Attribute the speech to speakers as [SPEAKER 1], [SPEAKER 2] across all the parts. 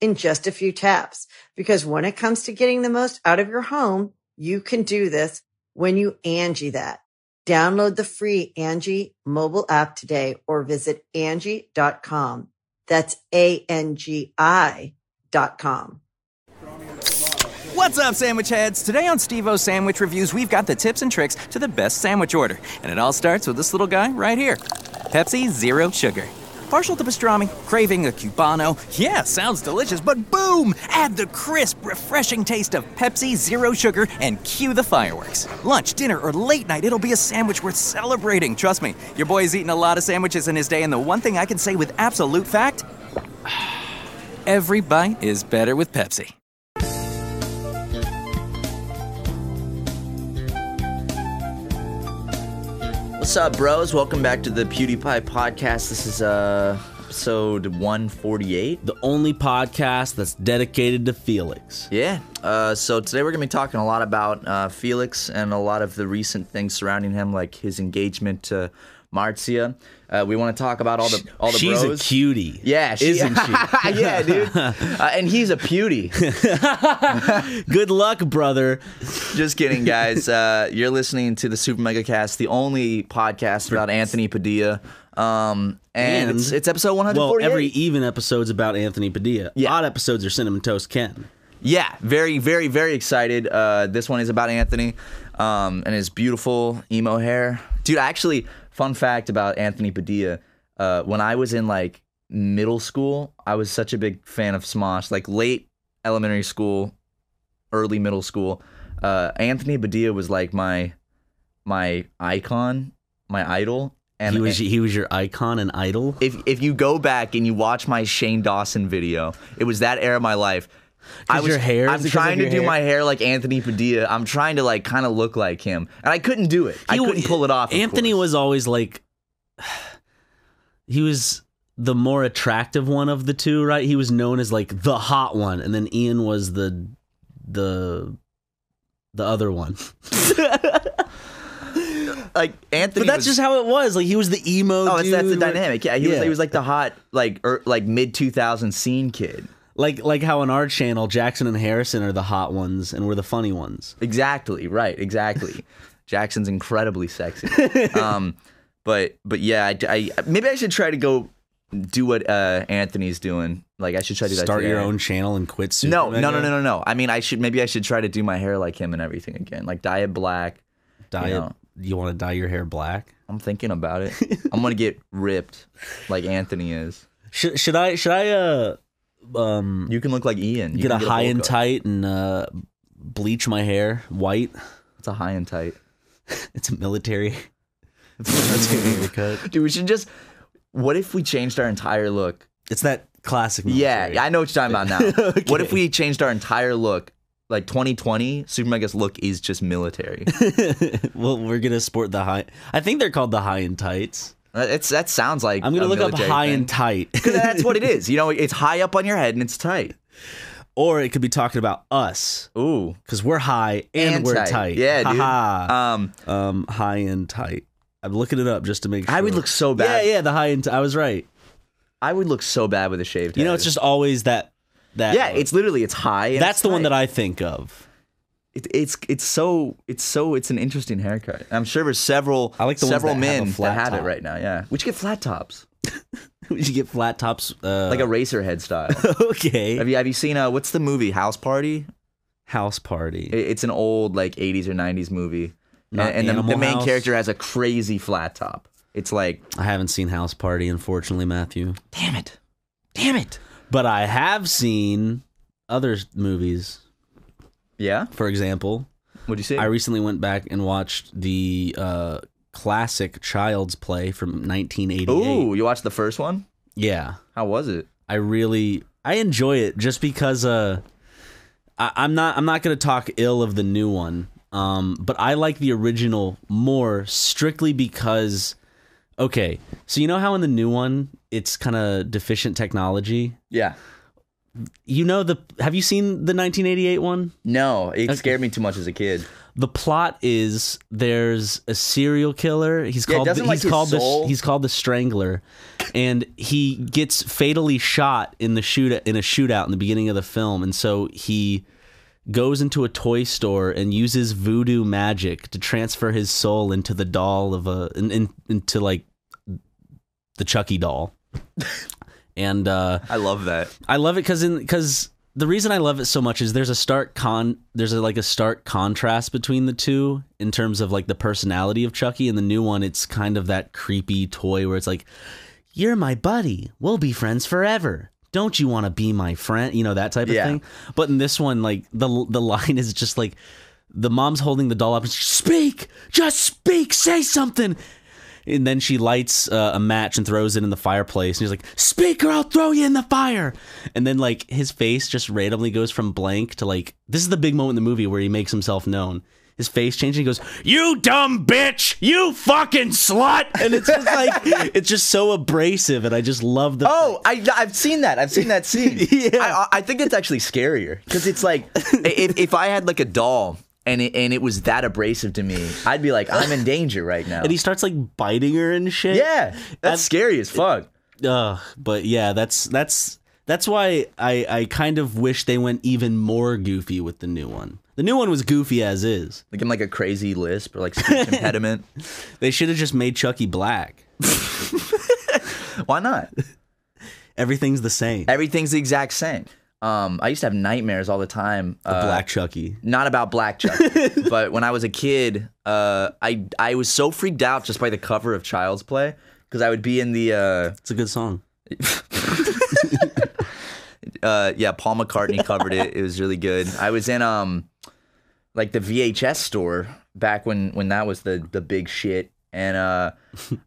[SPEAKER 1] in just a few taps. Because when it comes to getting the most out of your home, you can do this when you Angie that. Download the free Angie mobile app today or visit Angie.com. That's A-N-G-I dot com.
[SPEAKER 2] What's up, sandwich heads? Today on Steve O's Sandwich Reviews, we've got the tips and tricks to the best sandwich order. And it all starts with this little guy right here Pepsi Zero Sugar. Partial to pastrami, craving a cubano. Yeah, sounds delicious, but boom! Add the crisp, refreshing taste of Pepsi Zero Sugar and cue the fireworks. Lunch, dinner, or late night, it'll be a sandwich worth celebrating, trust me. Your boy's eaten a lot of sandwiches in his day, and the one thing I can say with absolute fact every bite is better with Pepsi.
[SPEAKER 3] What's up, bros? Welcome back to the PewDiePie podcast. This is uh episode 148.
[SPEAKER 4] the only podcast that's dedicated to Felix.
[SPEAKER 3] Yeah. Uh, so today we're gonna be talking a lot about uh, Felix and a lot of the recent things surrounding him, like his engagement to Marcia. Uh, we want to talk about all the all the
[SPEAKER 4] She's
[SPEAKER 3] bros.
[SPEAKER 4] a cutie.
[SPEAKER 3] Yeah, she,
[SPEAKER 4] Isn't she?
[SPEAKER 3] yeah, dude. Uh, and he's a beauty.
[SPEAKER 4] Good luck, brother.
[SPEAKER 3] Just kidding, guys. Uh, you're listening to the Super Mega Cast, the only podcast about Anthony Padilla. Um, and,
[SPEAKER 4] And-
[SPEAKER 3] it's, it's episode 148.
[SPEAKER 4] Well, every even episode's about Anthony Padilla.
[SPEAKER 3] Yeah.
[SPEAKER 4] Odd episodes are Cinnamon Toast Ken.
[SPEAKER 3] Yeah, very, very, very excited. Uh, this one is about Anthony um, and his beautiful emo hair. Dude, actually, fun fact about Anthony Padilla. Uh, when I was in like middle school, I was such a big fan of Smosh. Like late elementary school, early middle school, uh, Anthony Padilla was like my my icon, my idol. And
[SPEAKER 4] he was he was your icon and idol.
[SPEAKER 3] if if you go back and you watch my Shane Dawson video, it was that era of my life. I
[SPEAKER 4] 'Cause
[SPEAKER 3] was
[SPEAKER 4] your hair?
[SPEAKER 3] I'm
[SPEAKER 4] Is it 'cause
[SPEAKER 3] trying
[SPEAKER 4] of
[SPEAKER 3] to
[SPEAKER 4] your
[SPEAKER 3] do
[SPEAKER 4] hair?
[SPEAKER 3] my hair like Anthony Padilla. I'm trying to like kind of look like him, and I couldn't do it. I
[SPEAKER 4] He-
[SPEAKER 3] couldn't pull it off. of
[SPEAKER 4] Anthony
[SPEAKER 3] course.
[SPEAKER 4] was always like he was the more attractive one of the two, right? He was known as like the hot one, and then Ian was the the the other one.
[SPEAKER 3] like Anthony.
[SPEAKER 4] But that's
[SPEAKER 3] was-
[SPEAKER 4] just how it was. Like he was the emo.
[SPEAKER 3] Oh, that's, that's the
[SPEAKER 4] dude, right?
[SPEAKER 3] dynamic. Yeah, he was he was like the hot like er, like mid 2000 scene kid.
[SPEAKER 4] Like like how on our channel, Jackson and Harrison are the hot ones, and we're the funny ones.
[SPEAKER 3] Exactly right. Exactly. Jackson's incredibly sexy. Um, but but yeah, I, I maybe I should try to go do what uh Anthony's doing. Like I should try to do that
[SPEAKER 4] Start your
[SPEAKER 3] today.
[SPEAKER 4] own channel and quit. Super
[SPEAKER 3] No,
[SPEAKER 4] Mega,
[SPEAKER 3] no, no, no, no, no. I mean, I should maybe I should try to do my hair like him and everything again, like dye it black.
[SPEAKER 4] Dye
[SPEAKER 3] You
[SPEAKER 4] it-
[SPEAKER 3] know.
[SPEAKER 4] You want to dye your hair black?
[SPEAKER 3] I'm thinking about it. I'm gonna get ripped, like Anthony is.
[SPEAKER 4] Should should I should I uh um
[SPEAKER 3] You can look like Ian. You
[SPEAKER 4] get a
[SPEAKER 3] can
[SPEAKER 4] high
[SPEAKER 3] bowl
[SPEAKER 4] and
[SPEAKER 3] cut.
[SPEAKER 4] tight and uh bleach my hair white?
[SPEAKER 3] It's a high and tight.
[SPEAKER 4] It's a military. That's gonna be a cut.
[SPEAKER 3] Dude, we should just. What if we changed our entire look?
[SPEAKER 4] It's that classic.
[SPEAKER 3] Yeah,
[SPEAKER 4] military.
[SPEAKER 3] I know what you're talking about now. What if
[SPEAKER 4] Okay.
[SPEAKER 3] we changed our entire look? Like 2020, Super Mega's look is just military.
[SPEAKER 4] well, we're gonna sport the high. I think they're called the high and tights.
[SPEAKER 3] Uh, it's that sounds like
[SPEAKER 4] I'm gonna
[SPEAKER 3] a
[SPEAKER 4] look up
[SPEAKER 3] military
[SPEAKER 4] high
[SPEAKER 3] thing.
[SPEAKER 4] and tight.
[SPEAKER 3] 'Cause That's what it is. You know, it's high up on your head and it's tight.
[SPEAKER 4] or it could be talking about us
[SPEAKER 3] Ooh,
[SPEAKER 4] because we're high and, we're tight.
[SPEAKER 3] Yeah, dude.
[SPEAKER 4] Ha
[SPEAKER 3] Um,
[SPEAKER 4] ha. um, high and tight. I'm looking it up just to make sure.
[SPEAKER 3] I would look so bad.
[SPEAKER 4] Yeah, yeah. The high and t- I was right.
[SPEAKER 3] I would look so bad with a shaved head.
[SPEAKER 4] You know, it's just always that. That.
[SPEAKER 3] yeah.
[SPEAKER 4] one.
[SPEAKER 3] It's literally it's high. And
[SPEAKER 4] that's the one that
[SPEAKER 3] I.
[SPEAKER 4] I think of.
[SPEAKER 3] It, it's it's so it's so it's an interesting haircut. I'm sure there's several
[SPEAKER 4] I like the ones
[SPEAKER 3] several
[SPEAKER 4] that have a
[SPEAKER 3] men
[SPEAKER 4] flat
[SPEAKER 3] that have
[SPEAKER 4] top.
[SPEAKER 3] it right now. Yeah, we should get flat tops
[SPEAKER 4] you get flat tops. Uh,
[SPEAKER 3] like a racer head style.
[SPEAKER 4] okay.
[SPEAKER 3] have you have you seen uh what's the movie House Party?
[SPEAKER 4] House Party.
[SPEAKER 3] It- It's an old like 80s or 90s movie, and,
[SPEAKER 4] Not
[SPEAKER 3] and the, the
[SPEAKER 4] Animal
[SPEAKER 3] main
[SPEAKER 4] House?
[SPEAKER 3] character has a crazy flat top. It's like,
[SPEAKER 4] I haven't seen House Party, unfortunately, Matthew.
[SPEAKER 3] damn it, damn it.
[SPEAKER 4] But I have seen other movies.
[SPEAKER 3] Yeah,
[SPEAKER 4] For example,
[SPEAKER 3] what'd you say?
[SPEAKER 4] I recently went back and watched the uh, classic Child's Play from 1988.
[SPEAKER 3] Ooh, you watched the first one?
[SPEAKER 4] Yeah.
[SPEAKER 3] How was it?
[SPEAKER 4] I really I enjoy it just because uh I, I'm not I'm not gonna talk ill of the new one. Um but I like the original more strictly because okay, so you know how in the new one it's kinda deficient technology?
[SPEAKER 3] Yeah.
[SPEAKER 4] You know the have you seen the nineteen eighty eight one?
[SPEAKER 3] No, it scared me too much as a kid.
[SPEAKER 4] The plot is there's a serial killer. He's
[SPEAKER 3] Yeah,
[SPEAKER 4] called the,
[SPEAKER 3] doesn't, like,
[SPEAKER 4] he's
[SPEAKER 3] his
[SPEAKER 4] called the
[SPEAKER 3] soul-
[SPEAKER 4] he's called the Strangler, and he gets fatally shot in the shoot in a shootout in the beginning of the film, and so he goes into a toy store and uses voodoo magic to transfer his soul into the doll of a in, in, into like the Chucky doll, and uh,
[SPEAKER 3] I love that.
[SPEAKER 4] I love it because in because the reason I love it so much is there's a stark con there's a, like a stark contrast between the two in terms of like the personality of Chucky and the new one. It's kind of that creepy toy where it's like, "You're my buddy. We'll be friends forever." Don't you want to be my friend? You know that type of
[SPEAKER 3] Yeah.
[SPEAKER 4] thing. But in this one, like the the line is just like the mom's holding the doll up and she, speak, just speak, say something. And then she lights uh, a match and throws it in the fireplace. And he's like, "Speak, or I'll throw you in the fire." And then like his face just randomly goes from blank to like this is the big moment in the movie where he makes himself known. His face changes. He goes, "You dumb bitch! You fucking slut!" And it's just like it's just so abrasive, and I just love the
[SPEAKER 3] Oh, I, I've seen that. I've seen that scene.
[SPEAKER 4] Yeah.
[SPEAKER 3] I, I think it's actually scarier because it's like if, if I had like a doll and it, and it was that abrasive to me, I'd be like, I'm in danger right now.
[SPEAKER 4] And he starts like biting her and shit.
[SPEAKER 3] yeah, that's
[SPEAKER 4] I've-
[SPEAKER 3] scary as fuck.
[SPEAKER 4] Ugh, but yeah, that's that's that's why I I kind of wish they went even more goofy with the new one. The new one was goofy as is.
[SPEAKER 3] Like I'm like a crazy lisp or like speech impediment.
[SPEAKER 4] They should have just made Chucky black.
[SPEAKER 3] Why not?
[SPEAKER 4] Everything's the same.
[SPEAKER 3] Everything's the exact same. Um, I used to have nightmares all the time.
[SPEAKER 4] The
[SPEAKER 3] uh,
[SPEAKER 4] black Chucky.
[SPEAKER 3] not about Black Chucky, but when I was a kid, uh, I I was so freaked out just by the cover of Child's Play because I would be in the uh,
[SPEAKER 4] It's a good song.
[SPEAKER 3] uh, yeah, Paul McCartney covered it. It was really good. I was in um, like the VHS store back when when that was the the big shit. And uh,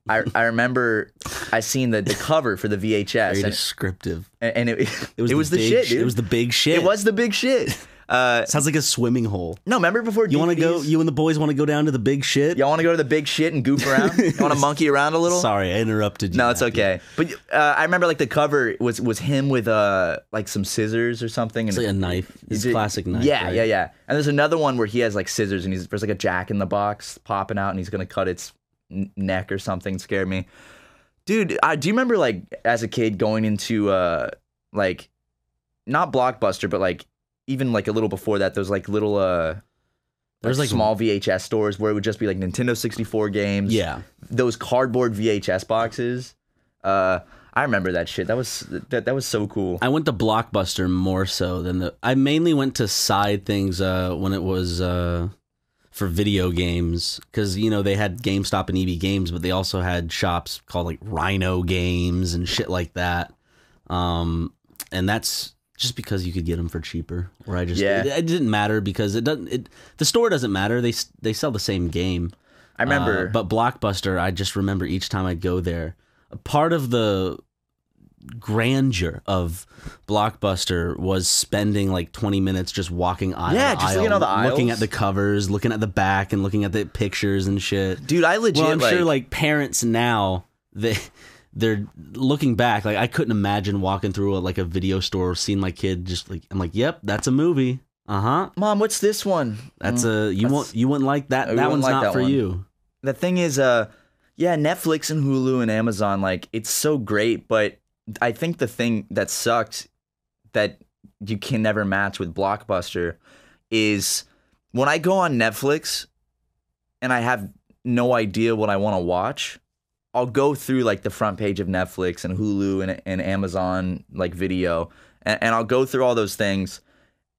[SPEAKER 3] I I remember I seen the, the cover for the
[SPEAKER 4] Very
[SPEAKER 3] VHS, and,
[SPEAKER 4] descriptive.
[SPEAKER 3] and it
[SPEAKER 4] It was, the,
[SPEAKER 3] the,
[SPEAKER 4] big
[SPEAKER 3] shit,
[SPEAKER 4] sh-
[SPEAKER 3] dude.
[SPEAKER 4] It was the big shit.
[SPEAKER 3] It was the big shit. Uh,
[SPEAKER 4] Sounds like a swimming hole.
[SPEAKER 3] no, remember before
[SPEAKER 4] You want to go?
[SPEAKER 3] DVDs?
[SPEAKER 4] You and the boys want to go down to the big shit?
[SPEAKER 3] Y'all want to go to the big shit and goof around? you want to monkey around a little?
[SPEAKER 4] Sorry, I interrupted you.
[SPEAKER 3] No, it's
[SPEAKER 4] Matthew.
[SPEAKER 3] okay. But uh, I remember like the cover was was him with uh like some scissors or something. And
[SPEAKER 4] It's like a knife. It's
[SPEAKER 3] it-
[SPEAKER 4] a classic knife.
[SPEAKER 3] Yeah,
[SPEAKER 4] right?
[SPEAKER 3] yeah, yeah. And there's another one where he has like scissors and he's there's like a jack in the box popping out and he's gonna cut its n- neck or something. Scared me, dude. I do you remember like as a kid going into uh like not blockbuster but like even like a little before that those like little uh.
[SPEAKER 4] There's, like-
[SPEAKER 3] small VHS stores where it would just be like Nintendo 64 games
[SPEAKER 4] Yeah.
[SPEAKER 3] those cardboard VHS boxes. Uh, I remember that shit. That was that, that was so cool.
[SPEAKER 4] I went to Blockbuster more so than the. I mainly went to side things uh, when it was uh, for video games because you know they had GameStop and EB Games, but they also had shops called like Rhino Games and shit like that. Um, and that's just because you could get them for cheaper. Or I just
[SPEAKER 3] Yeah.
[SPEAKER 4] it, it didn't matter because it doesn't. It the store doesn't matter. They s- they sell the same game.
[SPEAKER 3] I remember.
[SPEAKER 4] Uh, but Blockbuster, I just remember each time I'd go there, part of the grandeur of Blockbuster was spending like 20 minutes just walking aisle.
[SPEAKER 3] Yeah,
[SPEAKER 4] to
[SPEAKER 3] just
[SPEAKER 4] aisle,
[SPEAKER 3] looking at all the
[SPEAKER 4] looking
[SPEAKER 3] aisles.
[SPEAKER 4] at the covers, looking at the back, and looking at the pictures and shit.
[SPEAKER 3] dude, I legit
[SPEAKER 4] well, I'm
[SPEAKER 3] like,
[SPEAKER 4] sure like parents now they they're looking back like I couldn't imagine walking through a, like a video store seeing my kid just like I'm like, "Yep, that's a movie." Uh-huh.
[SPEAKER 3] mom, what's this one? Uh,
[SPEAKER 4] That's a you
[SPEAKER 3] Mm, That's-
[SPEAKER 4] won't you wouldn't like that.
[SPEAKER 3] We
[SPEAKER 4] That
[SPEAKER 3] wouldn't
[SPEAKER 4] one's
[SPEAKER 3] like
[SPEAKER 4] not
[SPEAKER 3] that
[SPEAKER 4] for
[SPEAKER 3] one.
[SPEAKER 4] you.
[SPEAKER 3] The thing is, uh, yeah, Netflix and Hulu and Amazon, like it's so great, but I think the thing that sucks that you can never match with Blockbuster is when I go on Netflix and I have no idea what I want to watch, I'll go through like the front page of Netflix and Hulu and, and Amazon like video, and, and I'll go through all those things,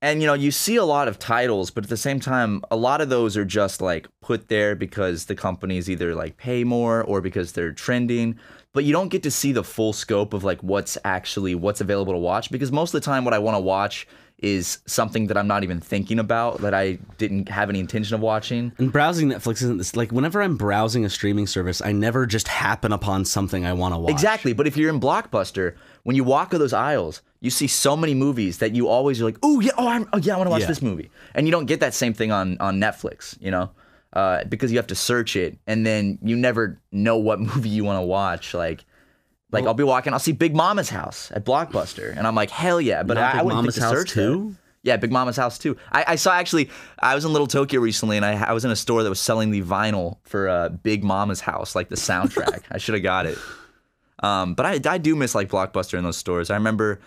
[SPEAKER 3] And you know, you see a lot of titles, but at the same time, a lot of those are just like put there because the companies either like pay more or because they're trending. But you don't get to see the full scope of like what's actually what's available to watch because most of the time what I want to watch is something that I'm not even thinking about that I didn't have any intention of watching.
[SPEAKER 4] And browsing Netflix isn't this like whenever I'm browsing a streaming service, I never just happen upon something I want to watch.
[SPEAKER 3] Exactly. But if you're in Blockbuster, when you walk those aisles, you see so many movies that you always are like, "Ooh, yeah, oh, I'm, oh yeah, I want to watch
[SPEAKER 4] Yeah.
[SPEAKER 3] this movie," and you don't get that same thing on on Netflix, you know, uh, because you have to search it, and then you never know what movie you want to watch. Like, like I'll be walking, I'll see Big Mama's House at Blockbuster, and I'm like, "Hell yeah!" But
[SPEAKER 4] Not
[SPEAKER 3] I,
[SPEAKER 4] Big
[SPEAKER 3] I wouldn't
[SPEAKER 4] Mama's
[SPEAKER 3] think to
[SPEAKER 4] House
[SPEAKER 3] search
[SPEAKER 4] too?
[SPEAKER 3] that. Yeah, Big Mama's House too. I, I saw actually. I was in Little Tokyo recently, and I, I was in a store that was selling the vinyl for uh, Big Mama's House, like the soundtrack. I should have got it. Um, but I, I do miss like Blockbuster in those stores. I remember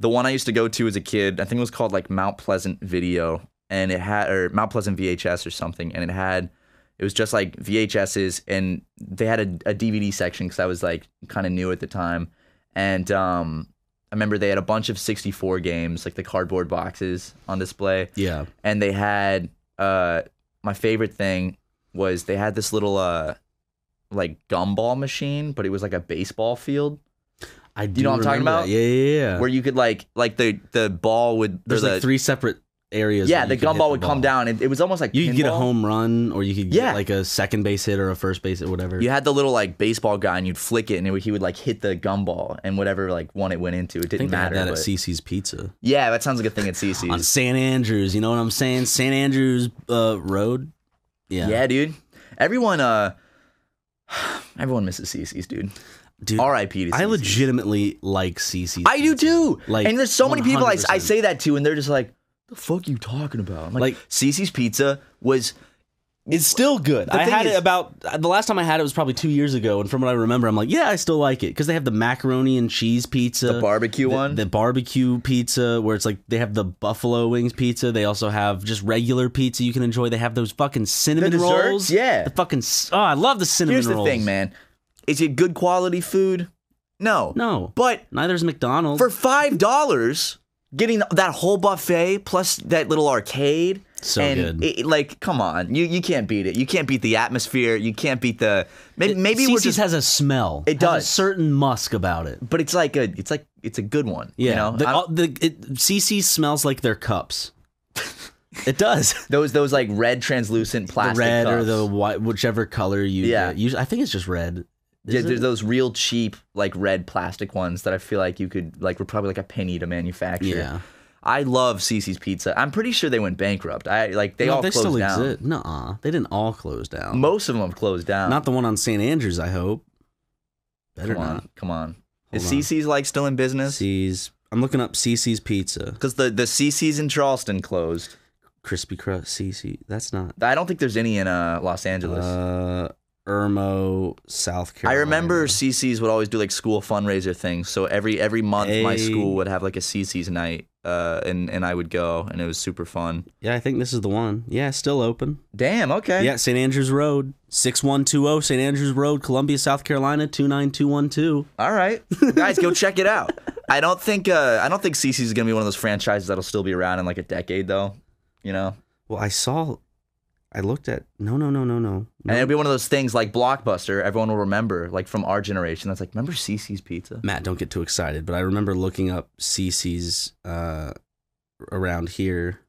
[SPEAKER 3] the one I used to go to as a kid. I think it was called like Mount Pleasant Video, and it had or Mount Pleasant VHS or something, and it had it was just like VHSs, and they had a, a DVD section because I was like kind of new at the time, and um, I remember they had a bunch of 64 games, like the cardboard boxes on display
[SPEAKER 4] Yeah.
[SPEAKER 3] and they had uh my favorite thing was they had this little uh like gumball machine, but it was like a baseball field
[SPEAKER 4] I do
[SPEAKER 3] know what I'm talking
[SPEAKER 4] remember
[SPEAKER 3] about?
[SPEAKER 4] that. Yeah, yeah, yeah.
[SPEAKER 3] where you could like like the the ball would
[SPEAKER 4] There's
[SPEAKER 3] or
[SPEAKER 4] like
[SPEAKER 3] the-
[SPEAKER 4] three separate areas.
[SPEAKER 3] yeah
[SPEAKER 4] that
[SPEAKER 3] the
[SPEAKER 4] you could hit
[SPEAKER 3] gumball would
[SPEAKER 4] ball.
[SPEAKER 3] come down. It, it was almost like
[SPEAKER 4] You could get a
[SPEAKER 3] pinball.
[SPEAKER 4] home run, or you could get
[SPEAKER 3] Yeah.
[SPEAKER 4] like a second base hit or a first base hit, whatever.
[SPEAKER 3] You had the little like baseball guy, and you'd flick it, and it would, he would like hit the gumball and whatever like one it went into. It
[SPEAKER 4] I think
[SPEAKER 3] didn't
[SPEAKER 4] they had
[SPEAKER 3] matter.
[SPEAKER 4] that at
[SPEAKER 3] but-
[SPEAKER 4] CC's Pizza
[SPEAKER 3] yeah, that sounds like a thing at
[SPEAKER 4] on
[SPEAKER 3] CC's.
[SPEAKER 4] St. Andrews. You know what I'm saying? St. Andrews uh, Road. Yeah.
[SPEAKER 3] yeah, dude. Everyone, uh, everyone misses CC's, dude.
[SPEAKER 4] Dude,
[SPEAKER 3] R.I.P. to
[SPEAKER 4] I
[SPEAKER 3] CC's.
[SPEAKER 4] legitimately like CC's.
[SPEAKER 3] I do too.
[SPEAKER 4] Like,
[SPEAKER 3] and there's so many people I, I
[SPEAKER 4] 100%.
[SPEAKER 3] say that to, and they're just like, "The fuck you talking about?" I'm like,
[SPEAKER 4] Like-
[SPEAKER 3] Cece's Pizza was
[SPEAKER 4] It's still good.
[SPEAKER 3] The
[SPEAKER 4] I
[SPEAKER 3] thing
[SPEAKER 4] had
[SPEAKER 3] is-
[SPEAKER 4] it about the last time I had it was probably two years ago, and from what I remember, I'm like, yeah, I still like it because they have the macaroni and cheese pizza,
[SPEAKER 3] the barbecue
[SPEAKER 4] the-
[SPEAKER 3] one.
[SPEAKER 4] the barbecue pizza, where it's like they have the buffalo wings pizza. They also have just regular pizza you can enjoy. They have those fucking cinnamon
[SPEAKER 3] desserts?
[SPEAKER 4] rolls.
[SPEAKER 3] Yeah.
[SPEAKER 4] the fucking s- oh, I love the cinnamon
[SPEAKER 3] Here's the
[SPEAKER 4] rolls.
[SPEAKER 3] thing, man. Is it good quality food? No.
[SPEAKER 4] No,
[SPEAKER 3] But
[SPEAKER 4] neither is McDonald's.
[SPEAKER 3] for five dollars, getting that whole buffet plus that little arcade.
[SPEAKER 4] So
[SPEAKER 3] and
[SPEAKER 4] good.
[SPEAKER 3] it- it- like, come on, you you can't beat it. You can't beat the atmosphere. You can't beat the maybe, maybe we're
[SPEAKER 4] Cece's
[SPEAKER 3] just.
[SPEAKER 4] has a smell.
[SPEAKER 3] It
[SPEAKER 4] Has
[SPEAKER 3] does.
[SPEAKER 4] a certain musk about it.
[SPEAKER 3] but it's like a it's like it's a good one.
[SPEAKER 4] Yeah,
[SPEAKER 3] You know?
[SPEAKER 4] the,
[SPEAKER 3] I'm-
[SPEAKER 4] all- the it, CC smells like their cups. it does.
[SPEAKER 3] those those like red translucent
[SPEAKER 4] the
[SPEAKER 3] plastic
[SPEAKER 4] red or
[SPEAKER 3] cups.
[SPEAKER 4] the white, whichever color you
[SPEAKER 3] Yeah.
[SPEAKER 4] get. Usually, I think it's just red.
[SPEAKER 3] Yeah,
[SPEAKER 4] Is
[SPEAKER 3] there's
[SPEAKER 4] it?
[SPEAKER 3] those real cheap, like red plastic ones that I feel like you could like were probably like a penny to manufacture.
[SPEAKER 4] Yeah.
[SPEAKER 3] I love Cece's Pizza. I'm pretty sure they went bankrupt. I like they
[SPEAKER 4] No,
[SPEAKER 3] all
[SPEAKER 4] they
[SPEAKER 3] closed
[SPEAKER 4] still
[SPEAKER 3] down.
[SPEAKER 4] exist. Nuh-uh. they didn't all close down.
[SPEAKER 3] Most of them have closed down.
[SPEAKER 4] not the one on St. Andrews. I hope. Better
[SPEAKER 3] come on,
[SPEAKER 4] not.
[SPEAKER 3] come on. Is
[SPEAKER 4] Hold on.
[SPEAKER 3] Cece's like still in business?
[SPEAKER 4] C's. I'm looking up CC's Pizza,
[SPEAKER 3] Because the the Cece's in Charleston closed.
[SPEAKER 4] crispy crust. CC. That's not.
[SPEAKER 3] I don't think there's any in uh, Los Angeles.
[SPEAKER 4] Uh, Irmo, South
[SPEAKER 3] I
[SPEAKER 4] Carolina.
[SPEAKER 3] remember CC's would always do like school fundraiser things. So every every month my
[SPEAKER 4] Hey.
[SPEAKER 3] school would have like a CC's night, uh, and and I would go, and it was super fun.
[SPEAKER 4] Yeah, I think this is the one. Yeah, still open.
[SPEAKER 3] Damn. Okay.
[SPEAKER 4] Yeah, St. Andrews Road, six one two zero St. Andrews Road, Columbia, South Carolina, two nine two one two.
[SPEAKER 3] All right, guys, go check it out. I don't think uh, I don't think CC's is gonna be one of those franchises that'll still be around in like a decade though. You know,
[SPEAKER 4] Well, I saw. I looked at. No, no, no, no, no.
[SPEAKER 3] and it'll be one of those things like Blockbuster. Everyone will remember, like from our generation. That's like, remember CC's Pizza?
[SPEAKER 4] Matt, don't get too excited, but I remember looking up CC's uh, around here.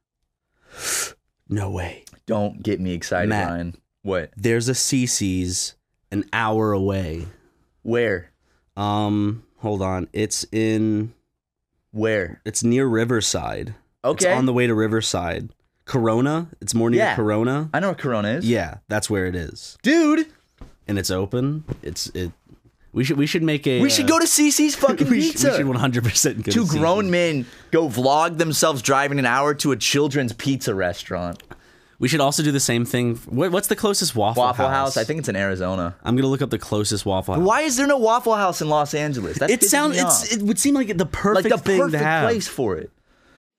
[SPEAKER 4] No way.
[SPEAKER 3] Don't get me excited,
[SPEAKER 4] Matt.
[SPEAKER 3] Ryan. What?
[SPEAKER 4] There's a CC's an hour away.
[SPEAKER 3] Where?
[SPEAKER 4] Um, hold on. It's in.
[SPEAKER 3] Where?
[SPEAKER 4] It's near Riverside.
[SPEAKER 3] Okay.
[SPEAKER 4] It's on the way to Riverside. Corona. It's more near
[SPEAKER 3] Yeah.
[SPEAKER 4] Corona.
[SPEAKER 3] I know where Corona is.
[SPEAKER 4] Yeah, that's where it is,
[SPEAKER 3] dude,
[SPEAKER 4] and it's open. It's it. We should we should make a.
[SPEAKER 3] we should
[SPEAKER 4] uh,
[SPEAKER 3] go to CC's fucking
[SPEAKER 4] we, should-
[SPEAKER 3] pizza.
[SPEAKER 4] we should 100 percent go.
[SPEAKER 3] Two
[SPEAKER 4] to
[SPEAKER 3] grown
[SPEAKER 4] CC's.
[SPEAKER 3] men go vlog themselves driving an hour to a children's pizza restaurant.
[SPEAKER 4] We should also do the same thing. What, what's the closest Waffle,
[SPEAKER 3] Waffle House. I think it's in Arizona.
[SPEAKER 4] I'm gonna look up the closest Waffle House.
[SPEAKER 3] Why is there no Waffle House in Los Angeles? That
[SPEAKER 4] It
[SPEAKER 3] pisses
[SPEAKER 4] sound
[SPEAKER 3] me off.
[SPEAKER 4] it's it would seem like the
[SPEAKER 3] like
[SPEAKER 4] perfect
[SPEAKER 3] the
[SPEAKER 4] thing
[SPEAKER 3] perfect
[SPEAKER 4] to have.
[SPEAKER 3] place for it.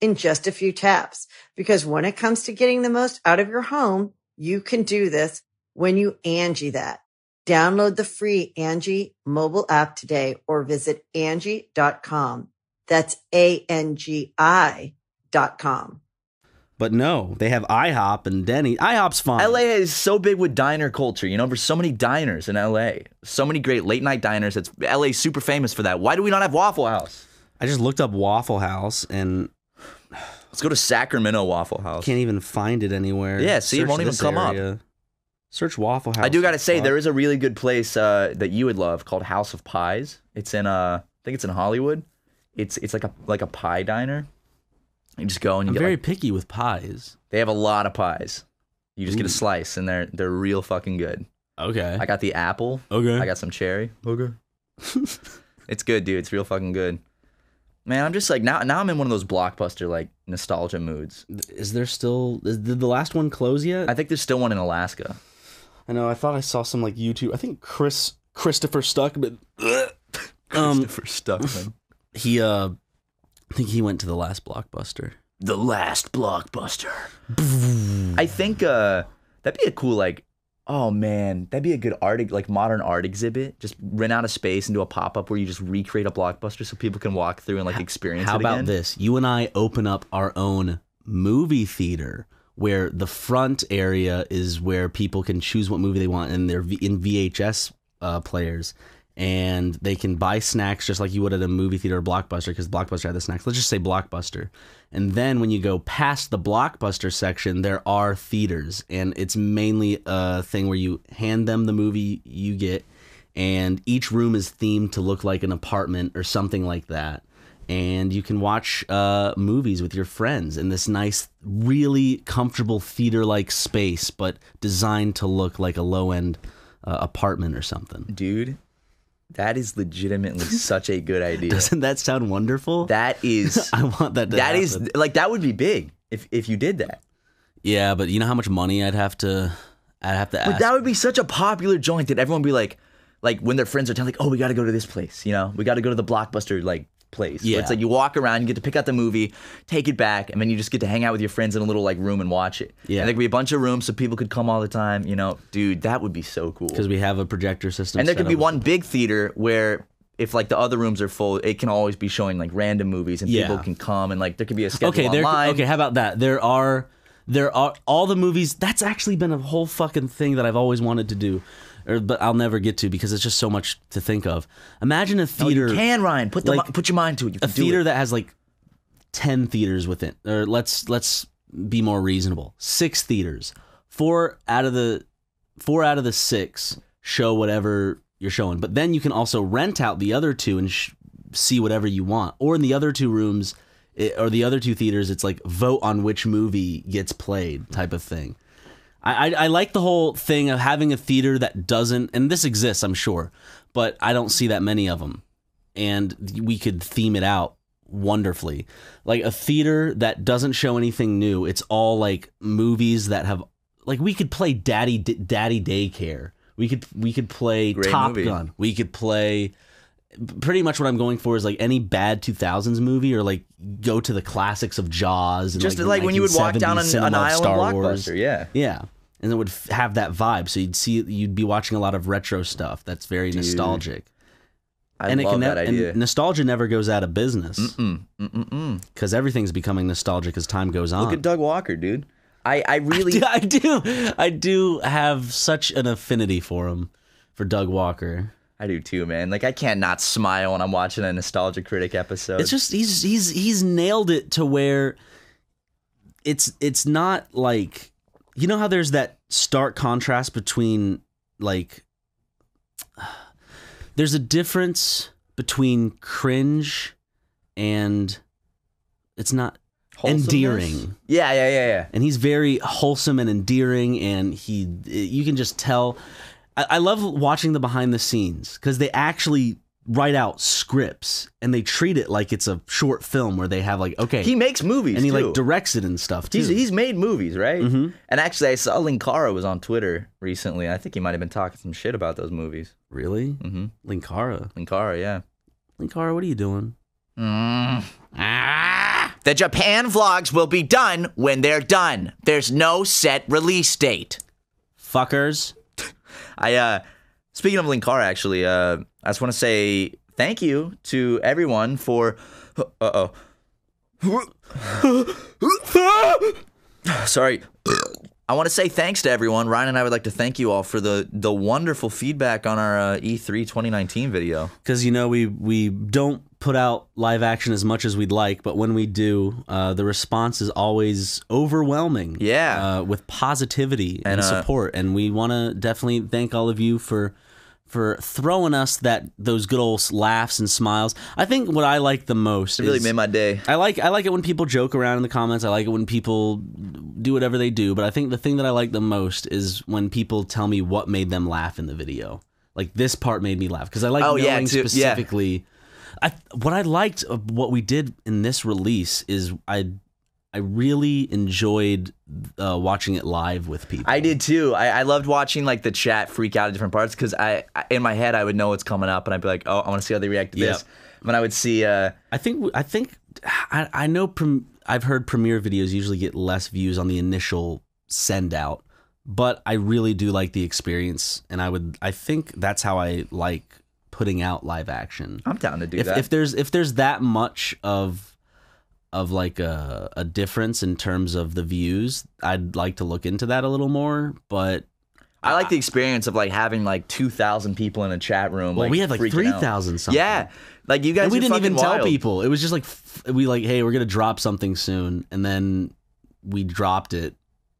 [SPEAKER 1] in just a few taps. Because when it comes to getting the most out of your home, you can do this when you Angie that. Download the free Angie mobile app today or visit Angie.com. That's A-N-G-I dot com.
[SPEAKER 4] But no, they have IHOP and Denny. IHOP's fine.
[SPEAKER 3] LA is so big with diner culture. You know, there's so many diners in LA. So many great late night diners. That's LA's super famous for that. Why do we not have Waffle House?
[SPEAKER 4] I just looked up Waffle House and
[SPEAKER 3] Let's go to Sacramento Waffle House.
[SPEAKER 4] can't even find it anywhere.
[SPEAKER 3] Yeah, see, it won't even
[SPEAKER 4] this
[SPEAKER 3] come up.
[SPEAKER 4] area. Search Waffle House.
[SPEAKER 3] I do gotta say, there is a really good place uh, that you would love called House of Pies. It's in uh, I think it's in Hollywood. It's it's like a like a pie diner. You just go and you
[SPEAKER 4] I'm
[SPEAKER 3] get
[SPEAKER 4] very
[SPEAKER 3] like,
[SPEAKER 4] picky with pies.
[SPEAKER 3] they have a lot of pies. You just get a
[SPEAKER 4] Ooh.
[SPEAKER 3] slice and they're they're real fucking good.
[SPEAKER 4] Okay.
[SPEAKER 3] I got the apple.
[SPEAKER 4] okay.
[SPEAKER 3] I got some cherry.
[SPEAKER 4] okay.
[SPEAKER 3] It's good, dude. It's real fucking good. Man, I'm just like now now I'm in one of those blockbuster like nostalgia moods.
[SPEAKER 4] Is there still? Is, did the last one close yet?
[SPEAKER 3] I think there's still one in Alaska.
[SPEAKER 4] I know. I thought I saw some like YouTube. I think Chris Christopher Stuckman. um,
[SPEAKER 3] Christopher Stuckman.
[SPEAKER 4] he uh, I think he went to the last blockbuster.
[SPEAKER 3] the last blockbuster. I think uh that'd be a cool like oh man, that'd be a good art like modern art exhibit. Just rent out a space and do a pop up where you just recreate a blockbuster so people can walk through and like experience
[SPEAKER 4] How
[SPEAKER 3] it
[SPEAKER 4] about
[SPEAKER 3] again.
[SPEAKER 4] this? You and I open up our own movie theater where the front area is where people can choose what movie they want and they're v- in VHS uh, players and they can buy snacks just like you would at a movie theater or blockbuster because blockbuster had the snacks let's just say blockbuster and then when you go past the blockbuster section there are theaters and it's mainly a thing where you hand them the movie you get and each room is themed to look like an apartment or something like that and you can watch uh, movies with your friends in this nice, really comfortable theater-like space, but designed to look like a low-end uh, apartment or something.
[SPEAKER 3] Dude, that is legitimately such a good idea.
[SPEAKER 4] Doesn't that sound wonderful?
[SPEAKER 3] That is
[SPEAKER 4] I want that. To
[SPEAKER 3] that is
[SPEAKER 4] happen.
[SPEAKER 3] like that would be big if if you did that.
[SPEAKER 4] yeah, but you know how much money I'd have to, I'd have to ask.
[SPEAKER 3] But that would be such a popular joint that everyone would be like, like when their friends are telling, like, oh, we got to go to this place, you know, we got to go to the blockbuster like place. where
[SPEAKER 4] Yeah.
[SPEAKER 3] it's like you walk around, you get to pick out the movie, take it back, and then you just get to hang out with your friends in a little like room and watch it.
[SPEAKER 4] Yeah.
[SPEAKER 3] and there could be a bunch of rooms so people could come all the time. You know, dude, that would be so cool.
[SPEAKER 4] because we have a projector system,
[SPEAKER 3] And there
[SPEAKER 4] set
[SPEAKER 3] could be
[SPEAKER 4] up.
[SPEAKER 3] one big theater where. If like the other rooms are full, it can always be showing like random movies, and
[SPEAKER 4] Yeah.
[SPEAKER 3] people can come and like there could be a schedule
[SPEAKER 4] Okay, there.
[SPEAKER 3] online.
[SPEAKER 4] Okay, how about that? There are, there are all the movies. That's actually been a whole fucking thing that I've always wanted to do, or, but I'll never get to because it's just so much to think of. Imagine a
[SPEAKER 3] No,
[SPEAKER 4] theater
[SPEAKER 3] you can Ryan put the
[SPEAKER 4] like,
[SPEAKER 3] mi- put your mind to it. You
[SPEAKER 4] a
[SPEAKER 3] can do
[SPEAKER 4] theater
[SPEAKER 3] it.
[SPEAKER 4] that has like 10 theaters with it or let's let's be more reasonable six theaters four out of the four out of the six show whatever you're showing but then you can also rent out the other two and sh- see whatever you want or in the other two rooms it, or the other two theaters it's like vote on which movie gets played type of thing I, I, I like the whole thing of having a theater that doesn't, and this exists, I'm sure, but I don't see that many of them. And we could theme it out wonderfully. Like a theater that doesn't show anything new. It's all like movies that have, like we could play Daddy D- Daddy Daycare. We could we could play
[SPEAKER 3] Great
[SPEAKER 4] Top
[SPEAKER 3] movie.
[SPEAKER 4] Gun. We could play. Pretty much what I'm going for is like any bad 2000s movie, or like go to the classics of Jaws. And
[SPEAKER 3] just
[SPEAKER 4] the
[SPEAKER 3] like, when you would walk down
[SPEAKER 4] 1970s
[SPEAKER 3] an,
[SPEAKER 4] cinema
[SPEAKER 3] an
[SPEAKER 4] of
[SPEAKER 3] aisle
[SPEAKER 4] Star
[SPEAKER 3] in blockbuster,
[SPEAKER 4] Wars.
[SPEAKER 3] yeah.
[SPEAKER 4] Yeah. And it would f- have that vibe. So you'd see, you'd be watching a lot of retro stuff that's very nostalgic.
[SPEAKER 3] I
[SPEAKER 4] and
[SPEAKER 3] love
[SPEAKER 4] it
[SPEAKER 3] that
[SPEAKER 4] ne-
[SPEAKER 3] idea.
[SPEAKER 4] And nostalgia never goes out of business
[SPEAKER 3] Mm, mm, mm, mm.
[SPEAKER 4] because everything's becoming nostalgic as time goes on.
[SPEAKER 3] Look at Doug Walker, dude. I, I really
[SPEAKER 4] Ah. I do, I do have such an affinity for him, for Doug Walker.
[SPEAKER 3] I do too, man. Like I can't not smile when I'm watching a Nostalgia Critic episode.
[SPEAKER 4] It's just he's he's he's nailed it to where it's it's not like you know how there's that stark contrast between like there's a difference between cringe and it's not
[SPEAKER 3] Wholesomeness?
[SPEAKER 4] endearing.
[SPEAKER 3] Yeah, yeah, yeah, yeah.
[SPEAKER 4] and he's very wholesome and endearing and he you can just tell i, I love watching the behind the scenes because they actually write out scripts and they treat it like it's a short film where they have like okay
[SPEAKER 3] He makes movies
[SPEAKER 4] and he
[SPEAKER 3] too.
[SPEAKER 4] like directs it and stuff too
[SPEAKER 3] He's, he's made movies, right?
[SPEAKER 4] Mhm.
[SPEAKER 3] And actually, I saw Linkara was on Twitter recently. I think he might have been talking some shit about those movies.
[SPEAKER 4] really
[SPEAKER 3] Mhm.
[SPEAKER 4] linkara
[SPEAKER 3] Linkara, yeah.
[SPEAKER 4] linkara what are you doing
[SPEAKER 3] The Japan vlogs will be done when they're done. There's no set release date.
[SPEAKER 4] fuckers
[SPEAKER 3] I uh speaking of Linkara actually, uh I just want to say thank you to everyone for uh oh. Sorry. I want to say thanks to everyone. Ryan and I would like to thank you all for the the wonderful feedback on our uh, E3 2019 video.
[SPEAKER 4] because you know we we don't put out live action as much as we'd like but when we do uh, the response is always overwhelming
[SPEAKER 3] Yeah.
[SPEAKER 4] uh, with positivity
[SPEAKER 3] And,
[SPEAKER 4] and,
[SPEAKER 3] uh,
[SPEAKER 4] support and we want to definitely thank all of you for for throwing us that those good old laughs and smiles i think what i like the most
[SPEAKER 3] It really
[SPEAKER 4] is-
[SPEAKER 3] made my day.
[SPEAKER 4] I like I like it when people joke around in the comments. I like it when people do whatever they do. But I think the thing that I like the most is when people tell me what made them laugh in the video. Like this part made me laugh because I like
[SPEAKER 3] Oh,
[SPEAKER 4] knowing
[SPEAKER 3] yeah, too- yeah.
[SPEAKER 4] specifically. I what I liked of what we did in this release is I I really enjoyed uh, watching it live with people.
[SPEAKER 3] I did too. I, I loved watching like the chat freak out at different parts because I, I in my head I would know what's coming up and I'd be like, oh, I want to see how they react to this.
[SPEAKER 4] Yep.
[SPEAKER 3] And then I would see uh,
[SPEAKER 4] I think I think I, I know prem, I've heard premiere videos usually get less views on the initial send out, but I really do like the experience, and I would I think that's how I like putting out live action.
[SPEAKER 3] I'm down to do
[SPEAKER 4] If,
[SPEAKER 3] that.
[SPEAKER 4] if there's if there's that much of of like a a difference in terms of the views, I'd like to look into that a little more. But
[SPEAKER 3] I like the experience of like having like two thousand people in a chat room.
[SPEAKER 4] well, we had
[SPEAKER 3] freaking
[SPEAKER 4] like
[SPEAKER 3] out.
[SPEAKER 4] three thousand something.
[SPEAKER 3] Yeah, like you guys.
[SPEAKER 4] and we
[SPEAKER 3] are
[SPEAKER 4] didn't
[SPEAKER 3] fucking
[SPEAKER 4] even tell
[SPEAKER 3] wild.
[SPEAKER 4] people. It was just like f- we like, hey, we're gonna drop something soon, and then we dropped it.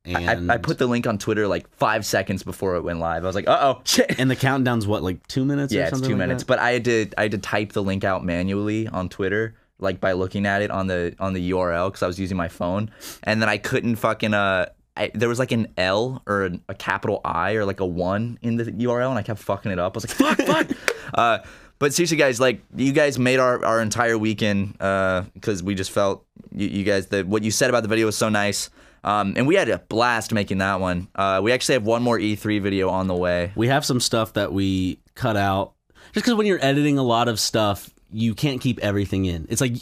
[SPEAKER 4] And
[SPEAKER 3] I, I put the link on Twitter like five seconds before it went live. I was like, uh oh, shit.
[SPEAKER 4] and the countdown's what like two minutes. or
[SPEAKER 3] Yeah, it's
[SPEAKER 4] something
[SPEAKER 3] two
[SPEAKER 4] like
[SPEAKER 3] minutes.
[SPEAKER 4] that?
[SPEAKER 3] But I had to I had to type the link out manually on Twitter, like by looking at it on the on the URL because I was using my phone, and then I couldn't fucking uh. I, there was like an L or an, a capital I or like a one in the URL, and I kept fucking it up. I was like, fuck, fuck. Uh, but seriously, guys, like you guys made our, our entire weekend because we just felt you, you guys the what you said about the video was so nice, um, and we had a blast making that one. Uh, we actually have one more E3 video on the way.
[SPEAKER 4] we have some stuff that we cut out just because when you're editing a lot of stuff, you can't keep everything in. It's like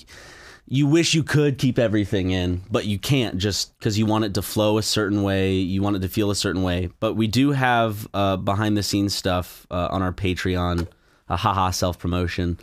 [SPEAKER 4] you wish you could keep everything in, but you can't just because you want it to flow a certain way, you want it to feel a certain way. But we do have uh, behind the scenes stuff uh, on our Patreon, uh, haha self promotion.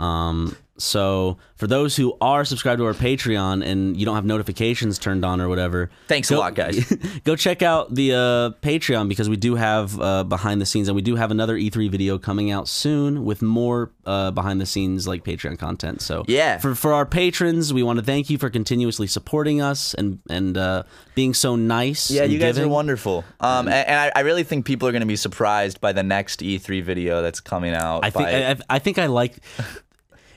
[SPEAKER 4] Um, so for those who are subscribed to our Patreon and you don't have notifications turned on or whatever,
[SPEAKER 3] Thanks a lot, guys.
[SPEAKER 4] go check out the uh, Patreon because we do have uh, behind the scenes, and we do have another E3 video coming out soon with more uh, behind the scenes like Patreon content. So
[SPEAKER 3] Yeah.
[SPEAKER 4] for for our patrons, we want to thank you for continuously supporting us and and uh, being so nice.
[SPEAKER 3] Yeah,
[SPEAKER 4] and
[SPEAKER 3] you guys are
[SPEAKER 4] giving. Mm-hmm.
[SPEAKER 3] wonderful. Um, and, and I, I really think people are going to be surprised by the next E3 video that's coming out.
[SPEAKER 4] I think
[SPEAKER 3] by-
[SPEAKER 4] I, I, I think I like.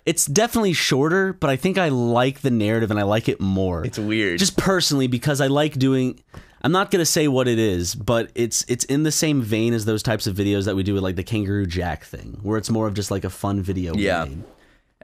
[SPEAKER 4] It's definitely shorter, but I think I like the narrative and I like it more.
[SPEAKER 3] it's weird.
[SPEAKER 4] just personally because I like doing. I'm not gonna say what it is, but it's it's in the same vein as those types of videos that we do with like the Kangaroo Jack thing, where it's more of just like a fun video. we
[SPEAKER 3] Yeah.
[SPEAKER 4] made.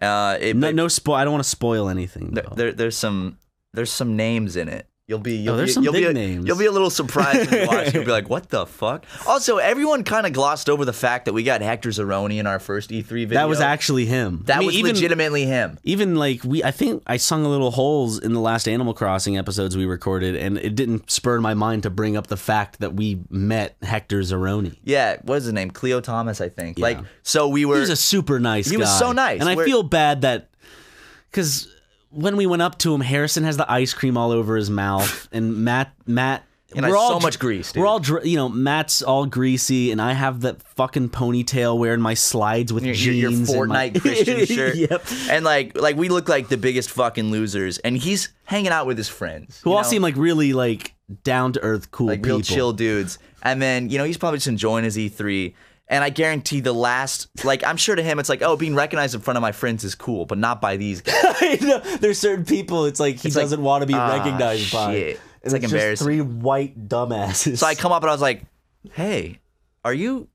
[SPEAKER 3] uh, it,
[SPEAKER 4] No,
[SPEAKER 3] but
[SPEAKER 4] no spoil. I don't want to spoil anything.
[SPEAKER 3] there,
[SPEAKER 4] though.
[SPEAKER 3] there- there's some there's some names in it. You'll be you'll
[SPEAKER 4] Oh, there's
[SPEAKER 3] be,
[SPEAKER 4] some
[SPEAKER 3] you'll be
[SPEAKER 4] big
[SPEAKER 3] a,
[SPEAKER 4] names.
[SPEAKER 3] You'll be a little surprised when you watch. it. You'll be like, what the fuck? Also, everyone kind of glossed over the fact that we got Hector Zeroni in our first E3 video.
[SPEAKER 4] that was actually him.
[SPEAKER 3] that
[SPEAKER 4] I mean,
[SPEAKER 3] was
[SPEAKER 4] even,
[SPEAKER 3] legitimately him.
[SPEAKER 4] Even like we, I think I sung a little holes in the last Animal Crossing episodes we recorded, and it didn't spur my mind to bring up the fact that we met Hector Zeroni.
[SPEAKER 3] Yeah, what is his name? Cleo Thomas, I think.
[SPEAKER 4] Yeah.
[SPEAKER 3] Like, so we were.
[SPEAKER 4] He was a super nice
[SPEAKER 3] He
[SPEAKER 4] guy.
[SPEAKER 3] was so nice.
[SPEAKER 4] And I
[SPEAKER 3] We're-
[SPEAKER 4] feel bad that because when we went up to him, Harrison has the ice cream all over his mouth, and Matt, Matt,
[SPEAKER 3] And I-
[SPEAKER 4] we're all
[SPEAKER 3] so
[SPEAKER 4] dr-
[SPEAKER 3] much grease, dude.
[SPEAKER 4] We're all, dr- you know, Matt's all greasy, and I have that fucking ponytail wearing my slides with
[SPEAKER 3] your,
[SPEAKER 4] jeans.
[SPEAKER 3] your, your Fortnite
[SPEAKER 4] and my-
[SPEAKER 3] Christian shirt.
[SPEAKER 4] yep.
[SPEAKER 3] And like like we look like the biggest fucking losers and he's hanging out with his friends.
[SPEAKER 4] Who
[SPEAKER 3] you
[SPEAKER 4] all
[SPEAKER 3] know?
[SPEAKER 4] seem like really like down to earth, cool
[SPEAKER 3] like
[SPEAKER 4] people.
[SPEAKER 3] real chill dudes. And then you know he's probably just enjoying his E3. And I guarantee the last, like I'm sure to him, it's like, oh, being recognized in front of my friends is cool, but not by these guys.
[SPEAKER 4] I know. There's certain people. It's like he
[SPEAKER 3] It's like,
[SPEAKER 4] doesn't want to be
[SPEAKER 3] "Ah,
[SPEAKER 4] recognized by.
[SPEAKER 3] shit."
[SPEAKER 4] And
[SPEAKER 3] It's like
[SPEAKER 4] just
[SPEAKER 3] embarrassing.
[SPEAKER 4] Three white dumbasses.
[SPEAKER 3] So I come up and I was like, hey, are you,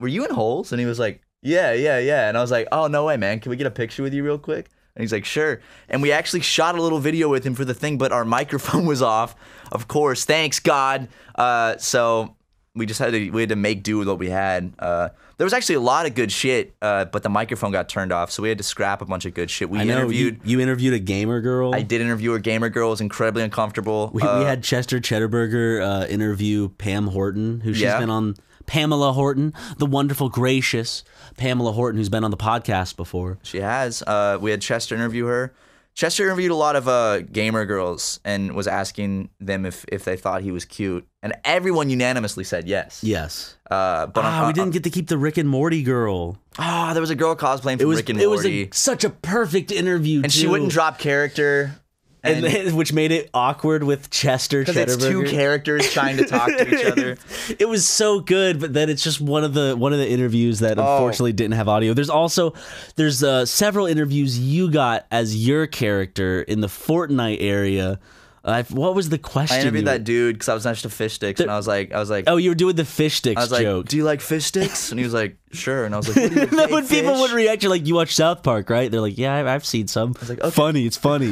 [SPEAKER 3] were you in holes? And he was like, yeah, yeah, yeah. And I was like, oh no way, man, can we get a picture with you real quick? And he's like, sure. And we actually shot a little video with him for the thing, but our microphone was off, of course. Thanks God. Uh, so we just had to we had to make do with what we had. Uh, there was actually a lot of good shit, uh, but the microphone got turned off, so we had to scrap a bunch of good shit. We
[SPEAKER 4] I know
[SPEAKER 3] interviewed.
[SPEAKER 4] you, you interviewed a gamer girl.
[SPEAKER 3] I did interview a gamer girl. It was incredibly uncomfortable.
[SPEAKER 4] We,
[SPEAKER 3] Uh,
[SPEAKER 4] we had Chester Cheddarburger uh, interview Pam Horton, who she's
[SPEAKER 3] Yeah.
[SPEAKER 4] been on. Pamela Horton, the wonderful, gracious Pamela Horton, who's been on the podcast before.
[SPEAKER 3] She has. Uh, we had Chester interview her. Chester interviewed a lot of uh, gamer girls and was asking them if, if they thought he was cute, and everyone unanimously said yes.
[SPEAKER 4] Yes.
[SPEAKER 3] Uh, but
[SPEAKER 4] Ah, we didn't get to keep the Rick and Morty girl.
[SPEAKER 3] Ah, there was a girl cosplaying
[SPEAKER 4] It
[SPEAKER 3] from
[SPEAKER 4] was
[SPEAKER 3] Rick and
[SPEAKER 4] it was
[SPEAKER 3] Morty,
[SPEAKER 4] a, such a perfect interview,
[SPEAKER 3] and she
[SPEAKER 4] too.
[SPEAKER 3] wouldn't drop character,
[SPEAKER 4] and,
[SPEAKER 3] and
[SPEAKER 4] which made it awkward with Chester
[SPEAKER 3] because it's two
[SPEAKER 4] Cheddarburger.
[SPEAKER 3] characters trying to talk to each other.
[SPEAKER 4] it was so good, but then it's just one of the one of the interviews
[SPEAKER 3] Oh.
[SPEAKER 4] that unfortunately didn't have audio. There's also there's uh, several interviews you got as your character in the Fortnite area. Uh, what was the question?
[SPEAKER 3] I interviewed
[SPEAKER 4] you were-
[SPEAKER 3] that dude because I was next to fish sticks, and I was like, I was like,
[SPEAKER 4] Oh, you were doing the fish
[SPEAKER 3] I
[SPEAKER 4] sticks
[SPEAKER 3] was like,
[SPEAKER 4] joke.
[SPEAKER 3] do you like fish sticks? And he was like, sure. And I was like, what do you
[SPEAKER 4] when
[SPEAKER 3] big
[SPEAKER 4] people would
[SPEAKER 3] fish?"
[SPEAKER 4] react, you're like, "You watch South Park, right?" They're like, "Yeah, I've, I've seen some.
[SPEAKER 3] like, okay.
[SPEAKER 4] Funny, it's funny."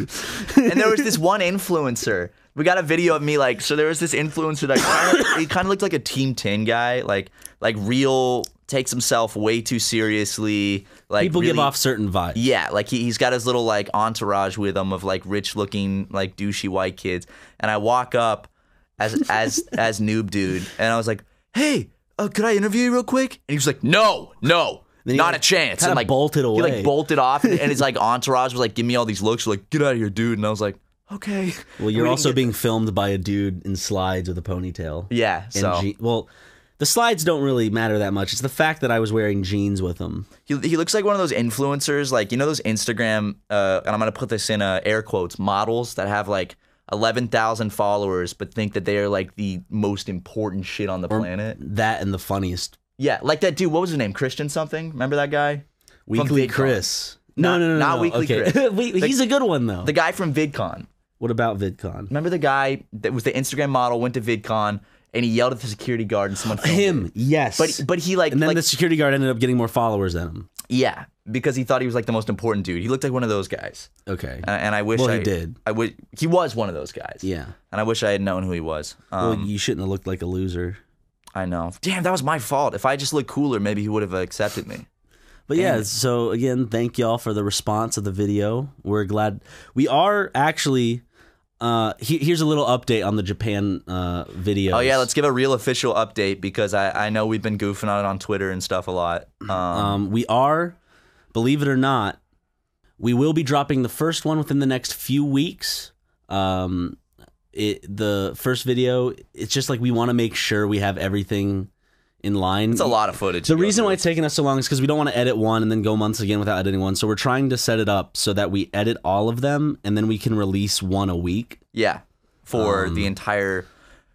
[SPEAKER 3] and there was this one influencer. We got a video of me like so. There was this influencer that kind of, he kind of looked like a Team Ten guy, like like real takes himself way too seriously. Like
[SPEAKER 4] people give
[SPEAKER 3] really-
[SPEAKER 4] off certain vibes.
[SPEAKER 3] Yeah, like he, he's got his little like entourage with him of like rich looking like douchey white kids, and I walk up as as as noob dude, and I was like, hey. Uh, could I interview you real quick? And he was like, "No, no,
[SPEAKER 4] he,
[SPEAKER 3] not
[SPEAKER 4] like,
[SPEAKER 3] a chance."
[SPEAKER 4] kinda
[SPEAKER 3] And like he,
[SPEAKER 4] bolted away.
[SPEAKER 3] like bolted off, and, and his like entourage was like, "Give me all these looks." Like, "Get out of here, dude!" And I was like, "Okay."
[SPEAKER 4] Well, you're also being filmed by a dude in slides with a ponytail.
[SPEAKER 3] Yeah,
[SPEAKER 4] And
[SPEAKER 3] so
[SPEAKER 4] je- well, the slides don't really matter that much. It's the fact that I was wearing jeans with them.
[SPEAKER 3] he, he looks like one of those influencers, like you know those Instagram, uh, and I'm gonna put this in uh, air quotes, models that have like eleven thousand followers, but think that they are like the most important shit on the planet.
[SPEAKER 4] That and the funniest
[SPEAKER 3] Yeah, like that dude. What was his name? Christian something? Remember that guy?
[SPEAKER 4] Weekly
[SPEAKER 3] VidCon.
[SPEAKER 4] Chris.
[SPEAKER 3] Not-
[SPEAKER 4] no, no, no,
[SPEAKER 3] not
[SPEAKER 4] no.
[SPEAKER 3] Weekly
[SPEAKER 4] okay.
[SPEAKER 3] Chris.
[SPEAKER 4] We- He's a good one though.
[SPEAKER 3] The guy from VidCon.
[SPEAKER 4] what about VidCon?
[SPEAKER 3] Remember the guy that was the Instagram model went to VidCon and he yelled at the security guard and someone filmed it.
[SPEAKER 4] Him, yes.
[SPEAKER 3] But but he like
[SPEAKER 4] and then
[SPEAKER 3] like
[SPEAKER 4] the security guard ended up getting more followers than him.
[SPEAKER 3] yeah because he thought he was like the most important dude. He looked like one of those guys,
[SPEAKER 4] Okay.
[SPEAKER 3] and, and I wish
[SPEAKER 4] Well, he
[SPEAKER 3] I
[SPEAKER 4] did.
[SPEAKER 3] I wish he was one of those guys.
[SPEAKER 4] Uh, yeah.
[SPEAKER 3] and I wish I had known who he was. Um,
[SPEAKER 4] Well, you shouldn't have looked like a loser.
[SPEAKER 3] I know. Damn, that was my fault. If I just looked cooler, maybe he would have accepted me.
[SPEAKER 4] But yeah, so again, thank y'all for the response of the video. We're glad we are actually. Uh, he- here's a little update on the Japan uh video.
[SPEAKER 3] Oh yeah, let's give a real official update because I, I know we've been goofing on it on Twitter and stuff a lot. Um,
[SPEAKER 4] Um, we are, believe it or not, we will be dropping the first one within the next few weeks. Um, it the first video. It's just like we want to make sure we have everything in line.
[SPEAKER 3] it's a lot of footage.
[SPEAKER 4] The reason why it's taking us so long is because we don't want to edit one and then go months again without editing one. So we're trying to set it up so that we edit all of them and then we can release one a week,
[SPEAKER 3] yeah, for the entire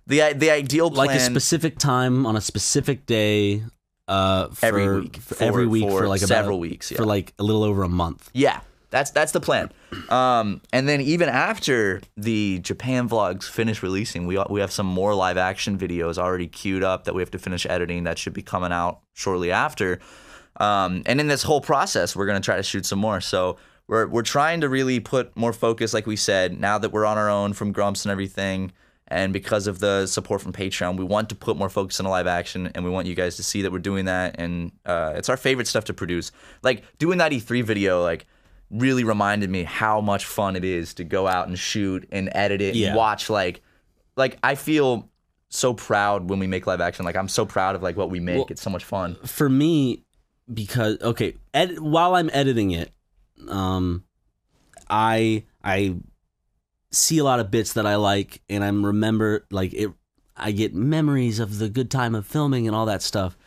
[SPEAKER 3] the the ideal plan.
[SPEAKER 4] Um, like a specific time on a specific day. Uh, for,
[SPEAKER 3] Every week.
[SPEAKER 4] for,
[SPEAKER 3] For-
[SPEAKER 4] every week for,
[SPEAKER 3] for
[SPEAKER 4] like about-
[SPEAKER 3] several weeks, yeah.
[SPEAKER 4] for like a little over a month.
[SPEAKER 3] yeah, that's that's the plan. Um, and then even after the Japan vlogs finish releasing, we we have some more live action videos already queued up that we have to finish editing. That should be coming out shortly after. Um, and in this whole process, we're gonna try to shoot some more. So we're we're trying to really put more focus, like we said, now that we're on our own from Grumps and everything, and because of the support from Patreon, we want to put more focus on live action, and we want you guys to see that we're doing that. And uh, it's our favorite stuff to produce. Like doing that E3 video, like really reminded me how much fun it is to go out and shoot and edit it
[SPEAKER 4] Yeah.
[SPEAKER 3] and watch like like I feel so proud when we make live action. Like I'm so proud of like what we make. it's so much fun.
[SPEAKER 4] for me because okay ed- while i'm editing it um i i see a lot of bits that i like and i'm remember like it i get memories of the good time of filming and all that stuff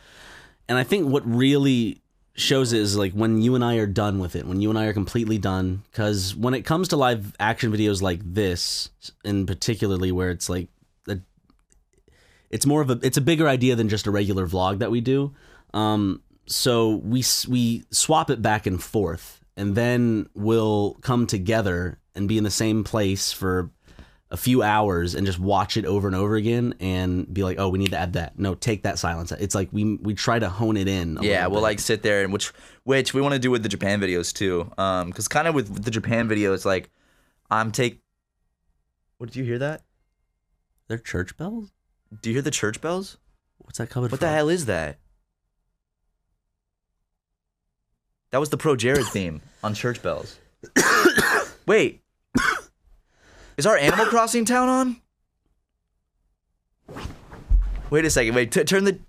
[SPEAKER 4] and i think what really shows it is like when you and i are done with it when you and i are completely done because when it comes to live action videos like this and particularly where it's like a It's more of a it's a bigger idea than just a regular vlog that we do. Um, so we s- we swap it back and forth, and then we'll come together and be in the same place for a few hours and just watch it over and over again and be like, oh, we need to add that. No, take that silence. out." It's like we we try to hone it in. A
[SPEAKER 3] yeah,
[SPEAKER 4] little
[SPEAKER 3] we'll
[SPEAKER 4] bit.
[SPEAKER 3] like sit there and which which we want to do with the Japan videos too. Um, because kind of with the Japan videos, like I'm take. What did you hear that?
[SPEAKER 4] they're church bells.
[SPEAKER 3] Do you hear the church bells?
[SPEAKER 4] What's that covered?
[SPEAKER 3] What the hell is that? That was the Pro Jared theme on church bells. Wait, is our Animal Crossing town on? Wait a second. Wait, t- turn the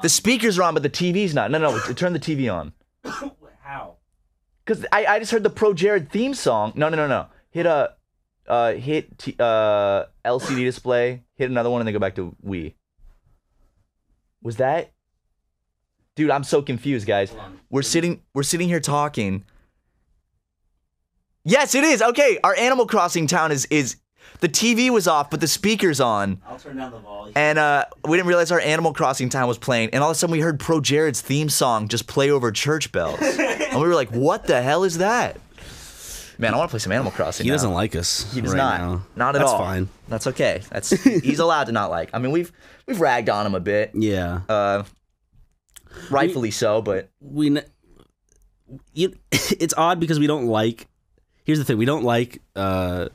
[SPEAKER 3] the speakers are on, but the TV's not. No, no, t- turn the TV on.
[SPEAKER 4] How?
[SPEAKER 3] Cause I, I just heard the Pro Jared theme song. No, no, no, no. Hit a, uh, hit t- uh LCD display. Hit another one and then go back to Wii. Was that? Dude, I'm so confused, guys. We're sitting, we're sitting here talking. Yes, it is. Okay, our Animal Crossing town is is. The TV was off, but the speakers on,
[SPEAKER 4] I'll turn down the volume.
[SPEAKER 3] and uh, we didn't realize our Animal Crossing town was playing. And all of a sudden, we heard Pro Jared's theme song just play over church bells, and we were like, "What the hell is that?" Man, I want to play some Animal Crossing.
[SPEAKER 4] He
[SPEAKER 3] now.
[SPEAKER 4] doesn't like us.
[SPEAKER 3] He does
[SPEAKER 4] right
[SPEAKER 3] not.
[SPEAKER 4] now.
[SPEAKER 3] Not at
[SPEAKER 4] That's
[SPEAKER 3] all.
[SPEAKER 4] fine.
[SPEAKER 3] That's okay. That's he's allowed to not like. I mean, we've we've ragged on him a bit,
[SPEAKER 4] Yeah.
[SPEAKER 3] uh, rightfully so. But
[SPEAKER 4] we n- you, it's odd because we don't like here's the thing we don't like uh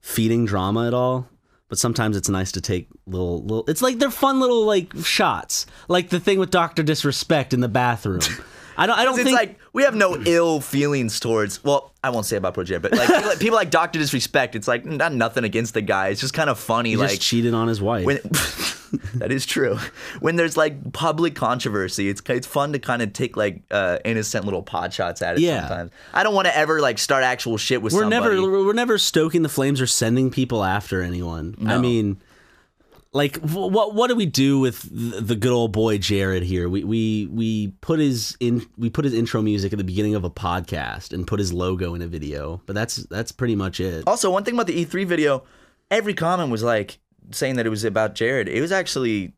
[SPEAKER 4] feeding drama at all but sometimes it's nice to take little little it's like they're fun little like shots like the thing with dr disrespect in the bathroom i don't i don't
[SPEAKER 3] it's
[SPEAKER 4] think
[SPEAKER 3] like we have no ill feelings towards. Well, I won't say about Project, but like people, like people like Doctor Disrespect. It's like not nothing against the guy. It's just kind of funny.
[SPEAKER 4] he
[SPEAKER 3] like
[SPEAKER 4] just cheated on his wife
[SPEAKER 3] when that is true. When there's like public controversy, it's it's fun to kind of take like uh, innocent little pot shots at it.
[SPEAKER 4] Yeah.
[SPEAKER 3] Sometimes I don't want to ever like start actual shit with
[SPEAKER 4] we're
[SPEAKER 3] somebody.
[SPEAKER 4] never we're never stoking the flames or sending people after anyone i mean like wh- what what do we do with th- the good old boy Jared here? We we we put his in we put his intro music at the beginning of a podcast and put his logo in a video, but that's that's pretty much it.
[SPEAKER 3] Also, one thing about the E3 video, every comment was like saying that it was about Jared. It was actually,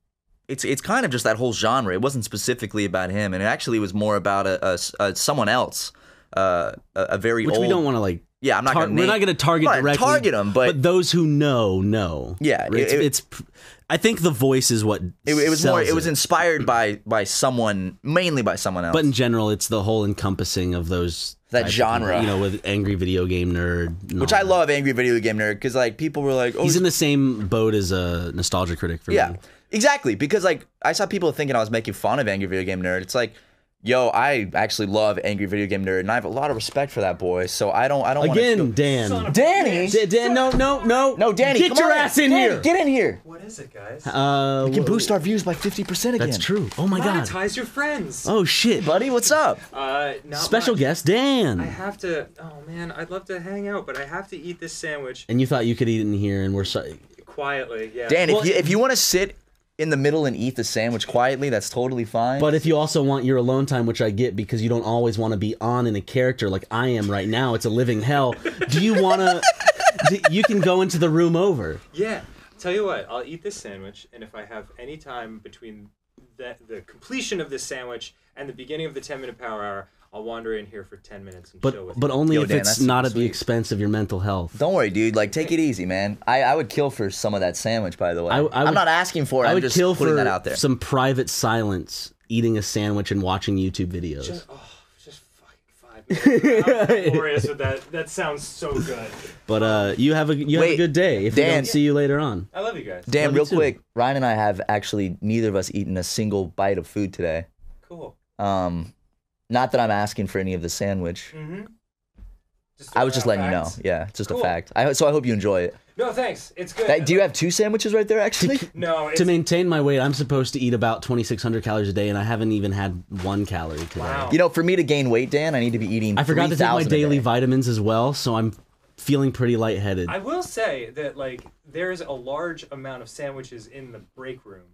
[SPEAKER 3] it's it's kind of just that whole genre. It wasn't specifically about him, and it actually was more about a, a s- a someone else, uh, a, a very
[SPEAKER 4] Which
[SPEAKER 3] old.
[SPEAKER 4] we don't want to like.
[SPEAKER 3] yeah, I'm not
[SPEAKER 4] tar-
[SPEAKER 3] gonna.
[SPEAKER 4] we're
[SPEAKER 3] name-
[SPEAKER 4] not going to target
[SPEAKER 3] I'm not gonna
[SPEAKER 4] directly.
[SPEAKER 3] Target him, but,
[SPEAKER 4] those who know know.
[SPEAKER 3] Yeah,
[SPEAKER 4] it's,
[SPEAKER 3] it- it-
[SPEAKER 4] it's. pr- I think the voice is what
[SPEAKER 3] it, it was more.
[SPEAKER 4] sells
[SPEAKER 3] It was inspired by by someone, mainly by someone else.
[SPEAKER 4] But in general, it's the whole encompassing of those
[SPEAKER 3] That
[SPEAKER 4] types of
[SPEAKER 3] genre.
[SPEAKER 4] people, you know, with angry video game nerd, and
[SPEAKER 3] which
[SPEAKER 4] all
[SPEAKER 3] I
[SPEAKER 4] that.
[SPEAKER 3] love, Angry Video Game Nerd, because like people were like, oh,
[SPEAKER 4] He's in the same boat as a nostalgia critic for
[SPEAKER 3] Yeah,
[SPEAKER 4] me.
[SPEAKER 3] exactly. Because like I saw people thinking I was making fun of Angry Video Game Nerd. It's like, yo, I actually love Angry Video Game Nerd, and I have a lot of respect for that boy. So I don't, I don't wanna
[SPEAKER 4] Again,
[SPEAKER 3] feel-
[SPEAKER 4] Dan.
[SPEAKER 3] Danny.
[SPEAKER 4] D- Dan, no, no, no,
[SPEAKER 3] No, Danny,
[SPEAKER 4] get
[SPEAKER 3] come
[SPEAKER 4] your
[SPEAKER 3] on
[SPEAKER 4] ass in
[SPEAKER 3] Danny,
[SPEAKER 4] here.
[SPEAKER 3] Get in here.
[SPEAKER 5] What is it, guys?
[SPEAKER 3] Oh,
[SPEAKER 4] uh,
[SPEAKER 3] We can
[SPEAKER 4] wh-
[SPEAKER 3] boost our views by fifty percent again.
[SPEAKER 4] That's true. Oh my god.
[SPEAKER 5] Monetize your friends.
[SPEAKER 4] Oh shit.
[SPEAKER 3] buddy. What's up?
[SPEAKER 5] Uh, not
[SPEAKER 4] Special
[SPEAKER 5] much.
[SPEAKER 4] guest,
[SPEAKER 5] I
[SPEAKER 4] Dan.
[SPEAKER 5] have to. Oh man, I'd love to hang out, but I have to eat this sandwich
[SPEAKER 4] And you thought you could eat in here, and we're sorry.
[SPEAKER 5] quietly. Yeah.
[SPEAKER 3] Dan,
[SPEAKER 4] Well-
[SPEAKER 3] if you if you want to sit in the middle and eat the sandwich quietly, that's totally fine.
[SPEAKER 4] But if you also want your alone time, which I get because you don't always want to be on in a character like I am right now, it's a living hell. Do you want to? you can go into the room over.
[SPEAKER 5] Yeah. Tell you what, I'll eat this sandwich, and if I have any time between the, the completion of this sandwich and the beginning of the ten minute power hour, I'll wander in here for ten minutes and chill
[SPEAKER 4] But
[SPEAKER 5] with
[SPEAKER 4] but only
[SPEAKER 3] Yo,
[SPEAKER 4] if
[SPEAKER 3] Dan,
[SPEAKER 4] it's
[SPEAKER 3] that's
[SPEAKER 4] not at the
[SPEAKER 3] sweet.
[SPEAKER 4] expense of your mental health.
[SPEAKER 3] don't worry, dude. Like, take it easy, man. I, I would kill for some of that sandwich, by the way.
[SPEAKER 4] I- I would-
[SPEAKER 3] am not asking for it.
[SPEAKER 4] I
[SPEAKER 3] I'm
[SPEAKER 4] would
[SPEAKER 3] just
[SPEAKER 4] kill
[SPEAKER 3] putting
[SPEAKER 4] for
[SPEAKER 3] that out there.
[SPEAKER 4] some private silence, eating a sandwich and watching YouTube videos.
[SPEAKER 5] you. Oh, just fucking five minutes. I'm glorious with that. That sounds so good.
[SPEAKER 4] but uh, you have a you have a
[SPEAKER 3] Wait,
[SPEAKER 4] good day. If we
[SPEAKER 3] Dan-
[SPEAKER 4] don't see you later on,
[SPEAKER 5] I love you guys.
[SPEAKER 3] Dan,
[SPEAKER 4] Love you
[SPEAKER 3] real
[SPEAKER 4] too.
[SPEAKER 3] quick, Ryan and I have actually neither of us eaten a single bite of food today.
[SPEAKER 5] Cool.
[SPEAKER 3] Um, not that I'm asking for any of the sandwich.
[SPEAKER 4] Mm-hmm.
[SPEAKER 5] Just
[SPEAKER 3] I was just
[SPEAKER 5] throwing
[SPEAKER 3] letting
[SPEAKER 5] out
[SPEAKER 3] you know.
[SPEAKER 5] facts.
[SPEAKER 3] Yeah, it's just a
[SPEAKER 5] Cool.
[SPEAKER 3] fact. I, ho- so I hope you enjoy it.
[SPEAKER 5] No, thanks. It's good.
[SPEAKER 3] That, do you have two sandwiches right there, actually?
[SPEAKER 5] No. It's,
[SPEAKER 4] to maintain my weight, I'm supposed to eat about 2,600 calories a day, and I haven't even had one calorie today.
[SPEAKER 5] Wow.
[SPEAKER 3] You know, for me to gain weight, Dan, I need to be eating.
[SPEAKER 4] I forgot to take my
[SPEAKER 3] 3,000 a day.
[SPEAKER 4] daily vitamins as well, so I'm feeling pretty lightheaded.
[SPEAKER 5] I will say that like there's a large amount of sandwiches in the break room,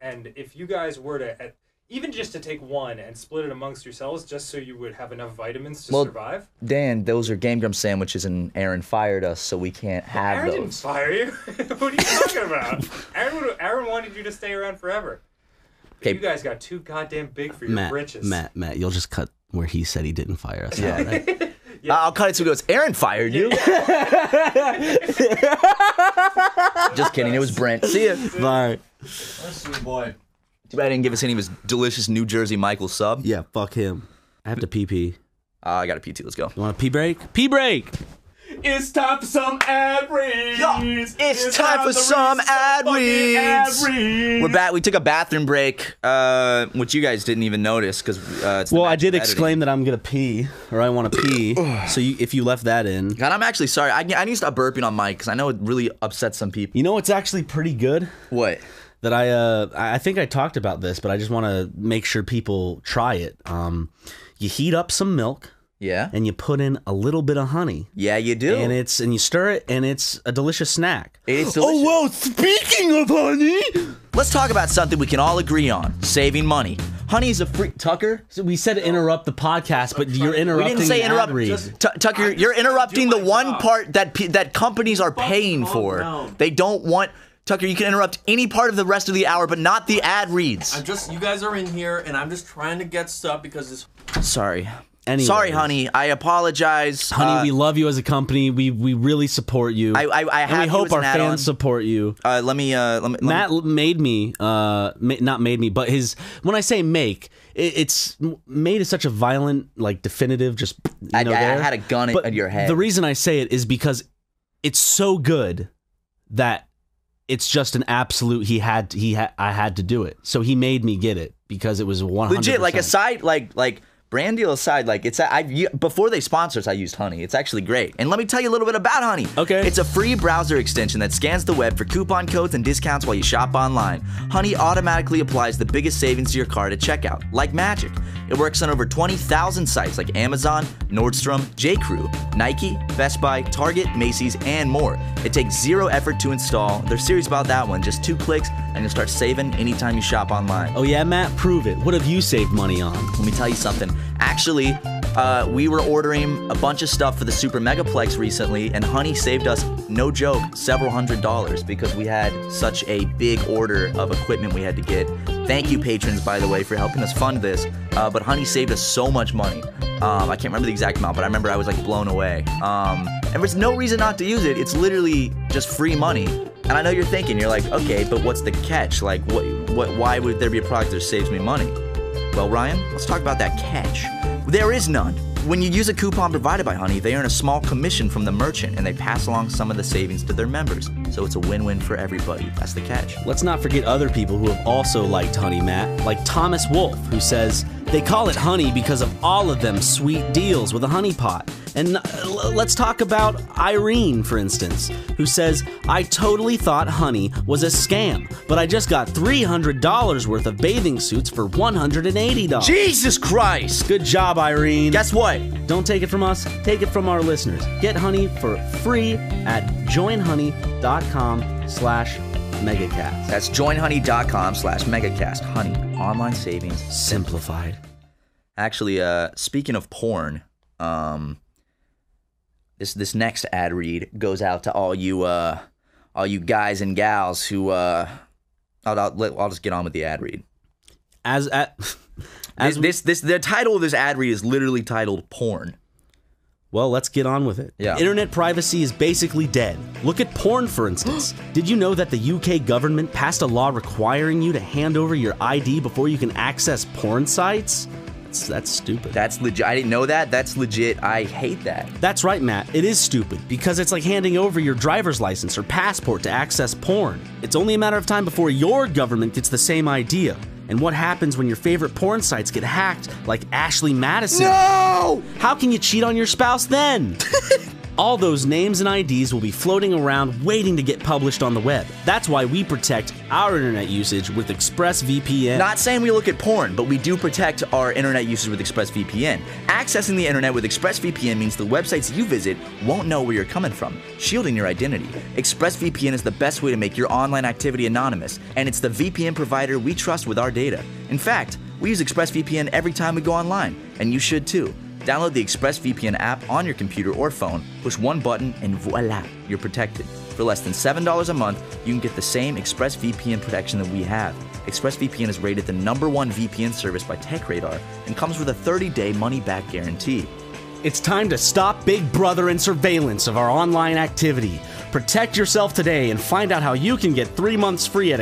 [SPEAKER 5] and if you guys were to at, even just to take one and split it amongst yourselves, just so you would have enough vitamins to
[SPEAKER 3] Well,
[SPEAKER 5] survive.
[SPEAKER 3] Dan, those are Game Grumps sandwiches, and Aaron fired us, so we can't have
[SPEAKER 5] Aaron didn't
[SPEAKER 3] those.
[SPEAKER 5] fire you. what are you talking about? Aaron, would, Aaron wanted you to stay around forever.
[SPEAKER 3] Okay.
[SPEAKER 5] You guys got too goddamn big for your
[SPEAKER 4] Matt,
[SPEAKER 5] britches.
[SPEAKER 4] Matt, Matt, you'll just cut where he said he didn't fire us.
[SPEAKER 3] Yeah.
[SPEAKER 4] out, right?
[SPEAKER 3] I- I'll cut it so it goes. Aaron fired you. Just kidding. It was Brent. See ya.
[SPEAKER 4] Bye.
[SPEAKER 3] Sweet boy. Too bad he didn't give us any of his delicious New Jersey Michael sub.
[SPEAKER 4] Yeah, fuck him. I have to pee pee.
[SPEAKER 3] Uh, I got a PT. Let's go.
[SPEAKER 4] You want a pee break? Pee break.
[SPEAKER 5] It's time for some ad reads.
[SPEAKER 3] it's time for some ad reads. We're back. We took a bathroom break, uh, which you guys didn't even notice because uh, it's the
[SPEAKER 4] Well, I
[SPEAKER 3] magic
[SPEAKER 4] did
[SPEAKER 3] of editing.
[SPEAKER 4] exclaim that I'm gonna pee, or I want to pee. so you, if you left that in,
[SPEAKER 3] God, I'm actually sorry. I, I need to stop burping on mic because I know it really upsets some people.
[SPEAKER 4] you know what's actually pretty good.
[SPEAKER 3] What?
[SPEAKER 4] that I uh I I think I talked about this, but I just want to make sure people try it. Um, you heat up some milk
[SPEAKER 3] Yeah.
[SPEAKER 4] and you put in a little bit of honey,
[SPEAKER 3] Yeah, you do.
[SPEAKER 4] and it's and you stir it, Oh, and it's a delicious snack.
[SPEAKER 3] It's delicious.
[SPEAKER 4] well, speaking of honey,
[SPEAKER 3] Let's talk about something we can all agree on: saving money. Honey is a free Tucker.
[SPEAKER 4] so we said interrupt the podcast, but you're
[SPEAKER 3] We
[SPEAKER 4] interrupting.
[SPEAKER 3] didn't say
[SPEAKER 4] the ad
[SPEAKER 3] interrupt.
[SPEAKER 4] read.
[SPEAKER 3] Tu- Tucker, you're interrupting the
[SPEAKER 5] do my
[SPEAKER 3] one
[SPEAKER 5] job.
[SPEAKER 3] part that pe- that companies are paying
[SPEAKER 5] calm
[SPEAKER 3] for.
[SPEAKER 5] down.
[SPEAKER 3] They don't want Tucker. You can interrupt any part of the rest of the hour, but not the ad reads.
[SPEAKER 6] I'm just, you guys are in here, and I'm just trying to get stuff because this
[SPEAKER 3] Sorry.
[SPEAKER 4] Anyways.
[SPEAKER 3] Sorry, honey. I apologize.
[SPEAKER 4] honey,
[SPEAKER 3] Uh,
[SPEAKER 4] we love you as a company. We we really support you.
[SPEAKER 3] I- I- I
[SPEAKER 4] and
[SPEAKER 3] have
[SPEAKER 4] we
[SPEAKER 3] you
[SPEAKER 4] hope
[SPEAKER 3] as an
[SPEAKER 4] our
[SPEAKER 3] add-on.
[SPEAKER 4] fans support you.
[SPEAKER 3] uh, let me. Uh, let me. let me-
[SPEAKER 4] Matt l- made me, uh, ma- not made me, but his. When I say make, it, it's m- made is such a violent, like definitive, just. You
[SPEAKER 3] I-
[SPEAKER 4] know,
[SPEAKER 3] I
[SPEAKER 4] there.
[SPEAKER 3] had a gun at-
[SPEAKER 4] But
[SPEAKER 3] at your head.
[SPEAKER 4] The reason I say it is because it's so good that it's just an absolute. He had he had I had to do it, so he made me get it because it was one hundred.
[SPEAKER 3] legit like aside like like brand deal aside like it's i you- before they sponsor us i used honey it's actually great and let me tell you a little bit about honey
[SPEAKER 4] Okay.
[SPEAKER 3] it's a free browser extension that scans the web for coupon codes and discounts while you shop online honey automatically applies the biggest savings to your cart at checkout like magic it works on over 20000 sites like amazon nordstrom jcrew nike best buy target macy's and more it takes zero effort to install they're serious about that one just two clicks and you'll start saving anytime you shop online
[SPEAKER 4] Oh yeah, Matt, prove it. What have you saved money on?
[SPEAKER 3] let me tell you something. Actually, uh, we were ordering a bunch of stuff for the Super Megaplex recently, and Honey saved us, no joke, several hundred dollars because we had such a big order of equipment we had to get. Thank you, patrons, by the way, for helping us fund this. Uh, but Honey saved us so much money. Um, I can't remember the exact amount, but I remember I was like blown away. Um, and there's no reason not to use it. It's literally just free money. And I know you're thinking, you're like, okay, but what's the catch? Like, what, what, why would there be a product that saves me money? Well, Ryan, let's talk about that catch. There is none. When you use a coupon provided by Honey, they earn a small commission from the merchant and they pass along some of the savings to their members. So it's a win win for everybody. That's the catch.
[SPEAKER 4] Let's not forget other people who have also liked honey, Matt, like Thomas Wolfe, who says they call it honey because of all of them sweet deals with a honey pot. And uh, l- let's talk about Irene, for instance, who says, I totally thought honey was a scam, but I just got $300 worth of bathing suits for $180.
[SPEAKER 3] Jesus Christ!
[SPEAKER 4] Good job, Irene.
[SPEAKER 3] Guess what?
[SPEAKER 4] Don't take it from us, take it from our listeners. Get honey for free at joinhoney.com slash megacast.
[SPEAKER 3] That's joinhoney.com slash megacast. Honey, online savings
[SPEAKER 4] Simplified.
[SPEAKER 3] Actually, uh, speaking of porn, um, this this next ad read goes out to all you uh, all you guys and gals who uh, I'll, I'll, let- I'll just get on with the ad read.
[SPEAKER 4] As at
[SPEAKER 3] This, this this the title of this ad read is literally titled "Porn."
[SPEAKER 4] well, let's get on with it.
[SPEAKER 3] Yeah.
[SPEAKER 4] Internet privacy is basically dead. Look at porn, for instance. Did you know that the UK government passed a law requiring you to hand over your ID before you can access porn sites? That's, that's stupid.
[SPEAKER 3] That's legit. I didn't know that. That's legit. I hate that.
[SPEAKER 4] That's right, Matt. It is stupid because it's like handing over your driver's license or passport to access porn. It's only a matter of time before your government gets the same idea. And what happens when your favorite porn sites get hacked, like Ashley Madison?
[SPEAKER 3] No.
[SPEAKER 4] How can you cheat on your spouse then? All those names and IDs will be floating around waiting to get published on the web. That's why we protect our internet usage with ExpressVPN.
[SPEAKER 3] Not saying we look at porn, but we do protect our internet usage with ExpressVPN. Accessing the internet with ExpressVPN means the websites you visit won't know where you're coming from, shielding your identity. ExpressVPN is the best way to make your online activity anonymous, and it's the VPN provider we trust with our data. In fact, We use ExpressVPN every time we go online, and you should too. Download the ExpressVPN app on your computer or phone, push one button, and voila, you're protected. For less than $7 a month, you can get the same ExpressVPN protection that we have. ExpressVPN is rated the number one VPN service by TechRadar and comes with a 30 day money back guarantee.
[SPEAKER 7] It's time to stop Big Brother and surveillance of our online activity. Protect yourself today and find out how you can get three months free at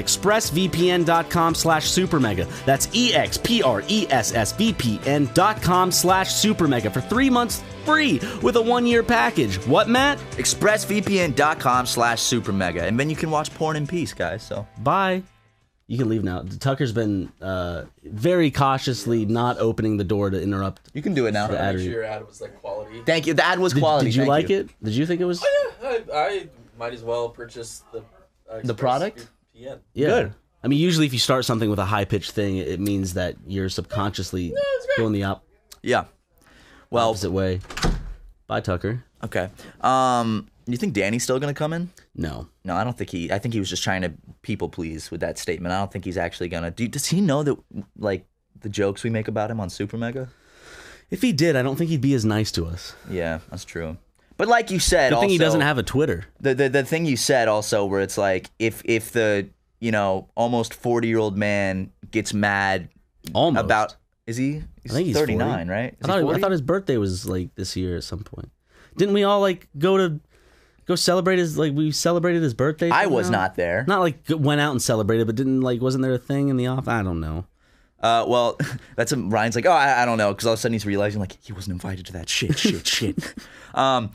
[SPEAKER 7] expressvpn.com slash supermega. That's E E-X-P-R-E-S-S-V-P-N dot com slash supermega for three months free with a one-year package. What, Matt?
[SPEAKER 3] ExpressVPN.com slash supermega, and then you can watch porn in peace, guys. So.
[SPEAKER 4] Bye. You can leave now. Tucker's been uh, very cautiously not opening the door to interrupt.
[SPEAKER 3] You can do it now.
[SPEAKER 4] ad
[SPEAKER 6] Make
[SPEAKER 4] read.
[SPEAKER 6] sure your ad was like quality.
[SPEAKER 3] Thank you. The ad was
[SPEAKER 4] Did,
[SPEAKER 3] quality.
[SPEAKER 4] did you
[SPEAKER 3] Thank Oh,
[SPEAKER 4] like it? Did you think it was?
[SPEAKER 6] I, I might as well purchase the uh,
[SPEAKER 3] The product?
[SPEAKER 6] ExpressVPN.
[SPEAKER 4] Yeah. I mean, usually if you start something with a high pitched thing, it it means that you're subconsciously going the op-
[SPEAKER 3] Yeah. Well,
[SPEAKER 4] opposite way. Bye, Tucker.
[SPEAKER 3] okay. Um, you think Danny's still gonna come in?
[SPEAKER 4] No.
[SPEAKER 3] No, I don't think he. I think he was just trying to people please with that statement. I don't think he's actually gonna. Do, does he know that like the jokes we make about him on Super Mega?
[SPEAKER 4] If he did, I don't think he'd be as nice to us.
[SPEAKER 3] Yeah, that's true. But like you said,
[SPEAKER 4] Good thing he
[SPEAKER 3] also-
[SPEAKER 4] doesn't have a Twitter.
[SPEAKER 3] the, the the thing you said also where it's like if if the you know almost forty year old man gets mad
[SPEAKER 4] Almost.
[SPEAKER 3] about is he? He's
[SPEAKER 4] I think he's 40.
[SPEAKER 3] thirty nine, right? Is
[SPEAKER 4] I
[SPEAKER 3] he
[SPEAKER 4] thought,
[SPEAKER 3] 40?
[SPEAKER 4] I thought his birthday was like this year at some point. Didn't we all like go to go celebrate his like we celebrated his birthday?
[SPEAKER 3] I was
[SPEAKER 4] somehow?
[SPEAKER 3] not there.
[SPEAKER 4] Not like g- went out and celebrated, but didn't like wasn't there a thing in the off? I don't know.
[SPEAKER 3] Uh, well, that's um, Ryan's like, oh, I, I don't know, because all of a sudden he's realizing like he wasn't invited to that shit, shit, shit. Um,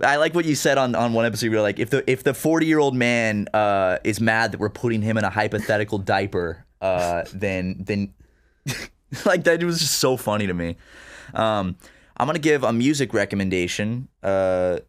[SPEAKER 3] I like what you said on, on one episode. You were like, if the if the forty year old man uh, is mad that we're putting him in a hypothetical diaper, uh, then then like that was just so funny to me. Um, I'm gonna give a music recommendation. Uh,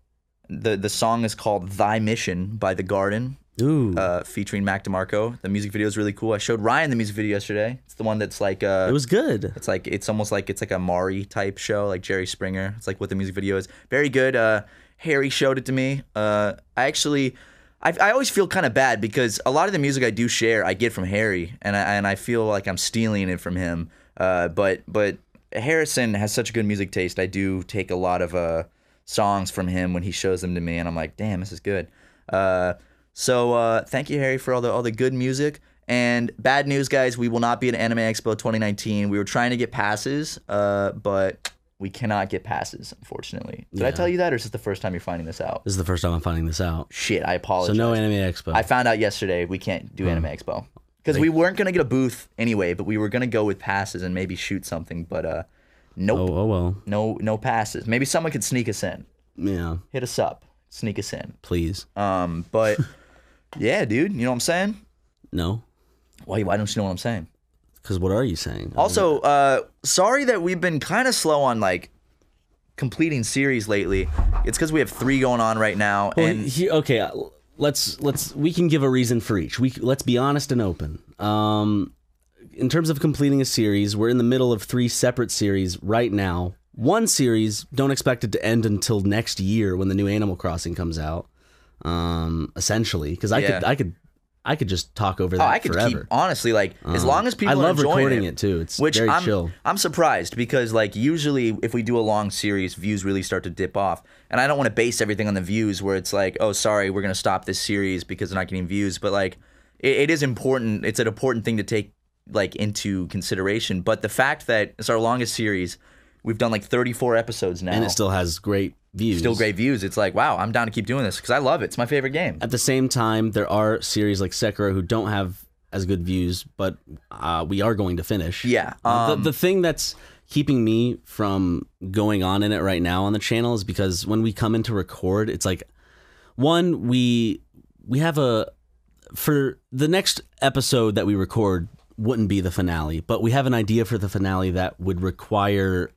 [SPEAKER 3] the the song is called "Thy Mission" by The Garden
[SPEAKER 4] Ooh,
[SPEAKER 3] uh, featuring Mac DeMarco. The music video is really cool. I showed Ryan the music video yesterday. It's the one that's like uh,
[SPEAKER 4] it was good.
[SPEAKER 3] it's like it's almost like it's like a Mari type show, like Jerry Springer. It's like what the music video is. Very good. Uh, Harry showed it to me. Uh, I actually, I, I always feel kind of bad because a lot of the music I do share, I get from Harry, and I and I feel like I'm stealing it from him. Uh, but but Harrison has such a good music taste. I do take a lot of uh songs from him when he shows them to me, and I'm like, damn, this is good. Uh, so uh, thank you, Harry, for all the all the good music. And bad news, guys, we will not be at Anime Expo 2019. We were trying to get passes, uh, but we cannot get passes, unfortunately. Did I tell you that, or is this the first time you're finding this out?
[SPEAKER 4] This is the first time I'm finding this out.
[SPEAKER 3] Shit, I apologize.
[SPEAKER 4] So no Hmm. anime expo.
[SPEAKER 3] I found out yesterday we can't do Anime Expo because we weren't gonna get a booth anyway, but we were gonna go with passes and maybe shoot something. But uh, nope,
[SPEAKER 4] oh oh well.
[SPEAKER 3] no, no passes. Maybe someone could sneak us in.
[SPEAKER 4] Yeah.
[SPEAKER 3] Hit us up, sneak us in.
[SPEAKER 4] Please.
[SPEAKER 3] Um, but yeah, dude, you know what I'm saying?
[SPEAKER 4] No.
[SPEAKER 3] Why, why don't you know what I'm saying?
[SPEAKER 4] Because what are you saying?
[SPEAKER 3] Also, uh, sorry that we've been kind of slow on like completing series lately. It's because we have three going on right now,
[SPEAKER 4] Well,
[SPEAKER 3] and
[SPEAKER 4] he- okay, uh, let's let's we can give a reason for each. We c- let's be honest and open. Um, in terms of completing a series, we're in the middle of three separate series right now. One series, don't expect it to end until next year when the new Animal Crossing comes out. Um, essentially, because I could
[SPEAKER 3] Yeah.
[SPEAKER 4] I could I could just talk over
[SPEAKER 3] oh,
[SPEAKER 4] that
[SPEAKER 3] I could
[SPEAKER 4] forever.
[SPEAKER 3] keep honestly like as
[SPEAKER 4] Um,
[SPEAKER 3] long as people
[SPEAKER 4] I love
[SPEAKER 3] are enjoying
[SPEAKER 4] recording it, too. It's
[SPEAKER 3] which
[SPEAKER 4] very
[SPEAKER 3] I'm
[SPEAKER 4] chill.
[SPEAKER 3] I'm surprised because like usually if we do a long series, views really start to dip off, and I don't want to base everything on the views where it's like, oh, sorry, we're gonna stop this series because they're not getting views, but like it, it is important. It's an important thing to take like into consideration. But the fact that it's our longest series, we've done like 34 episodes now,
[SPEAKER 4] and it still has great views.
[SPEAKER 3] still great views. It's like, wow, I'm down to keep doing this because I love it. It's my favorite game.
[SPEAKER 4] At the same time, there are series like Sekiro who don't have as good views, but uh, we are going to finish.
[SPEAKER 3] Yeah,
[SPEAKER 4] Uh,
[SPEAKER 3] um,
[SPEAKER 4] the, the thing that's keeping me from going on in it right now on the channel is because when we come in to record, it's like one we we have a for the next episode that we record wouldn't be the finale, but we have an idea for the finale that would require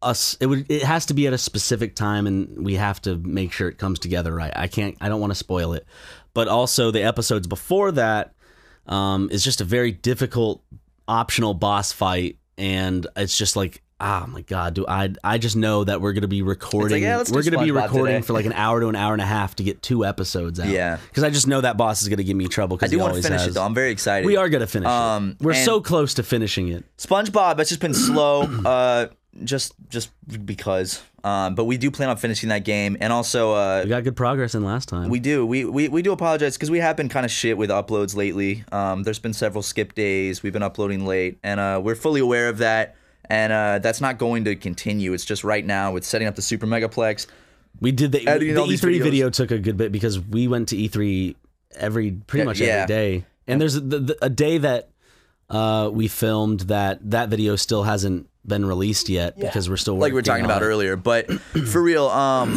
[SPEAKER 4] us it would it has to be at a specific time and we have to make sure it comes together right. I can't I don't want to spoil it. But also the episodes before that um is just a very difficult optional boss fight and it's just like oh my god, do I? I just know that we're gonna be recording.
[SPEAKER 3] yeah, let's do
[SPEAKER 4] we're gonna be
[SPEAKER 3] SpongeBob
[SPEAKER 4] recording
[SPEAKER 3] today.
[SPEAKER 4] for like an hour to an hour and a half to get two episodes out.
[SPEAKER 3] Yeah.
[SPEAKER 4] because I just know that boss is gonna give me trouble.
[SPEAKER 3] I
[SPEAKER 4] Because
[SPEAKER 3] do
[SPEAKER 4] want
[SPEAKER 3] want to finish it though. I'm very excited.
[SPEAKER 4] We are gonna finish
[SPEAKER 3] Um,
[SPEAKER 4] it. We're
[SPEAKER 3] and-
[SPEAKER 4] so close to finishing it.
[SPEAKER 3] SpongeBob has just been slow, uh, just just because. Um, but we do plan on finishing that game, and also uh,
[SPEAKER 4] We got good progress in last time.
[SPEAKER 3] we do we we, we do apologize because we have been kind of shit with uploads lately. Um, there's been several skip days. We've been uploading late, and uh, we're fully aware of that. And uh, that's not going to continue. It's just right now. It's setting up the super megaplex.
[SPEAKER 4] We did the,
[SPEAKER 3] Editing
[SPEAKER 4] the
[SPEAKER 3] all these
[SPEAKER 4] E3
[SPEAKER 3] videos.
[SPEAKER 4] video took a good bit because we went to E3 every pretty
[SPEAKER 3] Yeah,
[SPEAKER 4] much
[SPEAKER 3] yeah.
[SPEAKER 4] every day. And there's a, the, the, a day that uh, we filmed that that video still hasn't been released yet because we're still
[SPEAKER 3] like we were
[SPEAKER 4] working
[SPEAKER 3] talking
[SPEAKER 4] on
[SPEAKER 3] about
[SPEAKER 4] it.
[SPEAKER 3] earlier. But for real, um,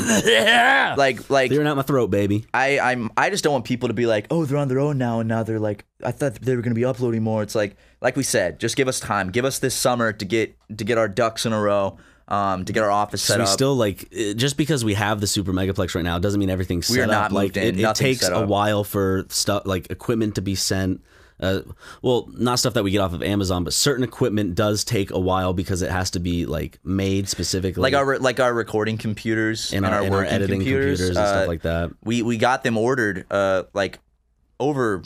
[SPEAKER 3] like like
[SPEAKER 4] Clearing out my throat, baby.
[SPEAKER 3] I I'm I just don't want people to be like, oh, they're on their own now, and now they're like, I thought they were gonna be uploading more. It's like, like we said, just give us time, give us this summer to get to get our ducks in a row, um, to get our office
[SPEAKER 4] So
[SPEAKER 3] set
[SPEAKER 4] we
[SPEAKER 3] up.
[SPEAKER 4] still like uh, just because we have the super megaplex right now doesn't mean everything's
[SPEAKER 3] We
[SPEAKER 4] set
[SPEAKER 3] are not
[SPEAKER 4] up. Like
[SPEAKER 3] moved in.
[SPEAKER 4] it, it
[SPEAKER 3] Nothing's
[SPEAKER 4] takes
[SPEAKER 3] set
[SPEAKER 4] a
[SPEAKER 3] up.
[SPEAKER 4] while for stuff like equipment to be sent. Uh, well, not stuff that we get off of Amazon, but certain equipment does take a while because it has to be like made specifically.
[SPEAKER 3] like our like our recording computers
[SPEAKER 4] in
[SPEAKER 3] and
[SPEAKER 4] our,
[SPEAKER 3] our,
[SPEAKER 4] in our
[SPEAKER 3] working
[SPEAKER 4] editing computers, and
[SPEAKER 3] uh,
[SPEAKER 4] stuff like that.
[SPEAKER 3] we we got them ordered uh like over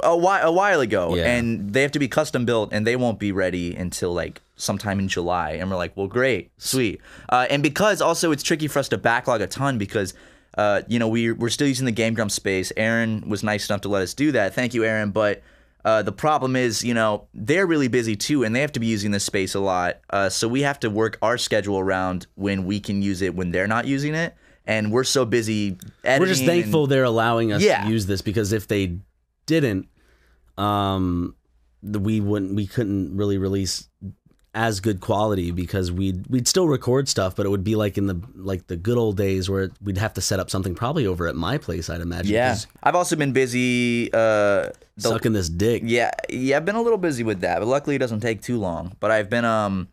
[SPEAKER 3] a while a while ago
[SPEAKER 4] Yeah.
[SPEAKER 3] and they have to be custom built and they won't be ready until like sometime in July and we're like well great sweet uh, and because also it's tricky for us to backlog a ton because uh, you know we we're still using the game grump space Aaron was nice enough to let us do that thank you Aaron but uh, the problem is, you know, they're really busy too, and they have to be using this space a lot. Uh, so we have to work our schedule around when we can use it when they're not using it. And we're so busy editing.
[SPEAKER 4] We're just thankful
[SPEAKER 3] and-
[SPEAKER 4] they're allowing us
[SPEAKER 3] Yeah.
[SPEAKER 4] to use this because if they didn't, um, the- we wouldn't, we couldn't really release as good quality because we'd we'd still record stuff, but it would be like in the like the good old days where we'd have to set up something probably over at my place, I'd imagine.
[SPEAKER 3] yeah.
[SPEAKER 4] 'cause
[SPEAKER 3] I've also been busy. Uh, the-
[SPEAKER 4] sucking this dick.
[SPEAKER 3] yeah, yeah, I've been a little busy with that, but luckily it doesn't take too long. But I've been um,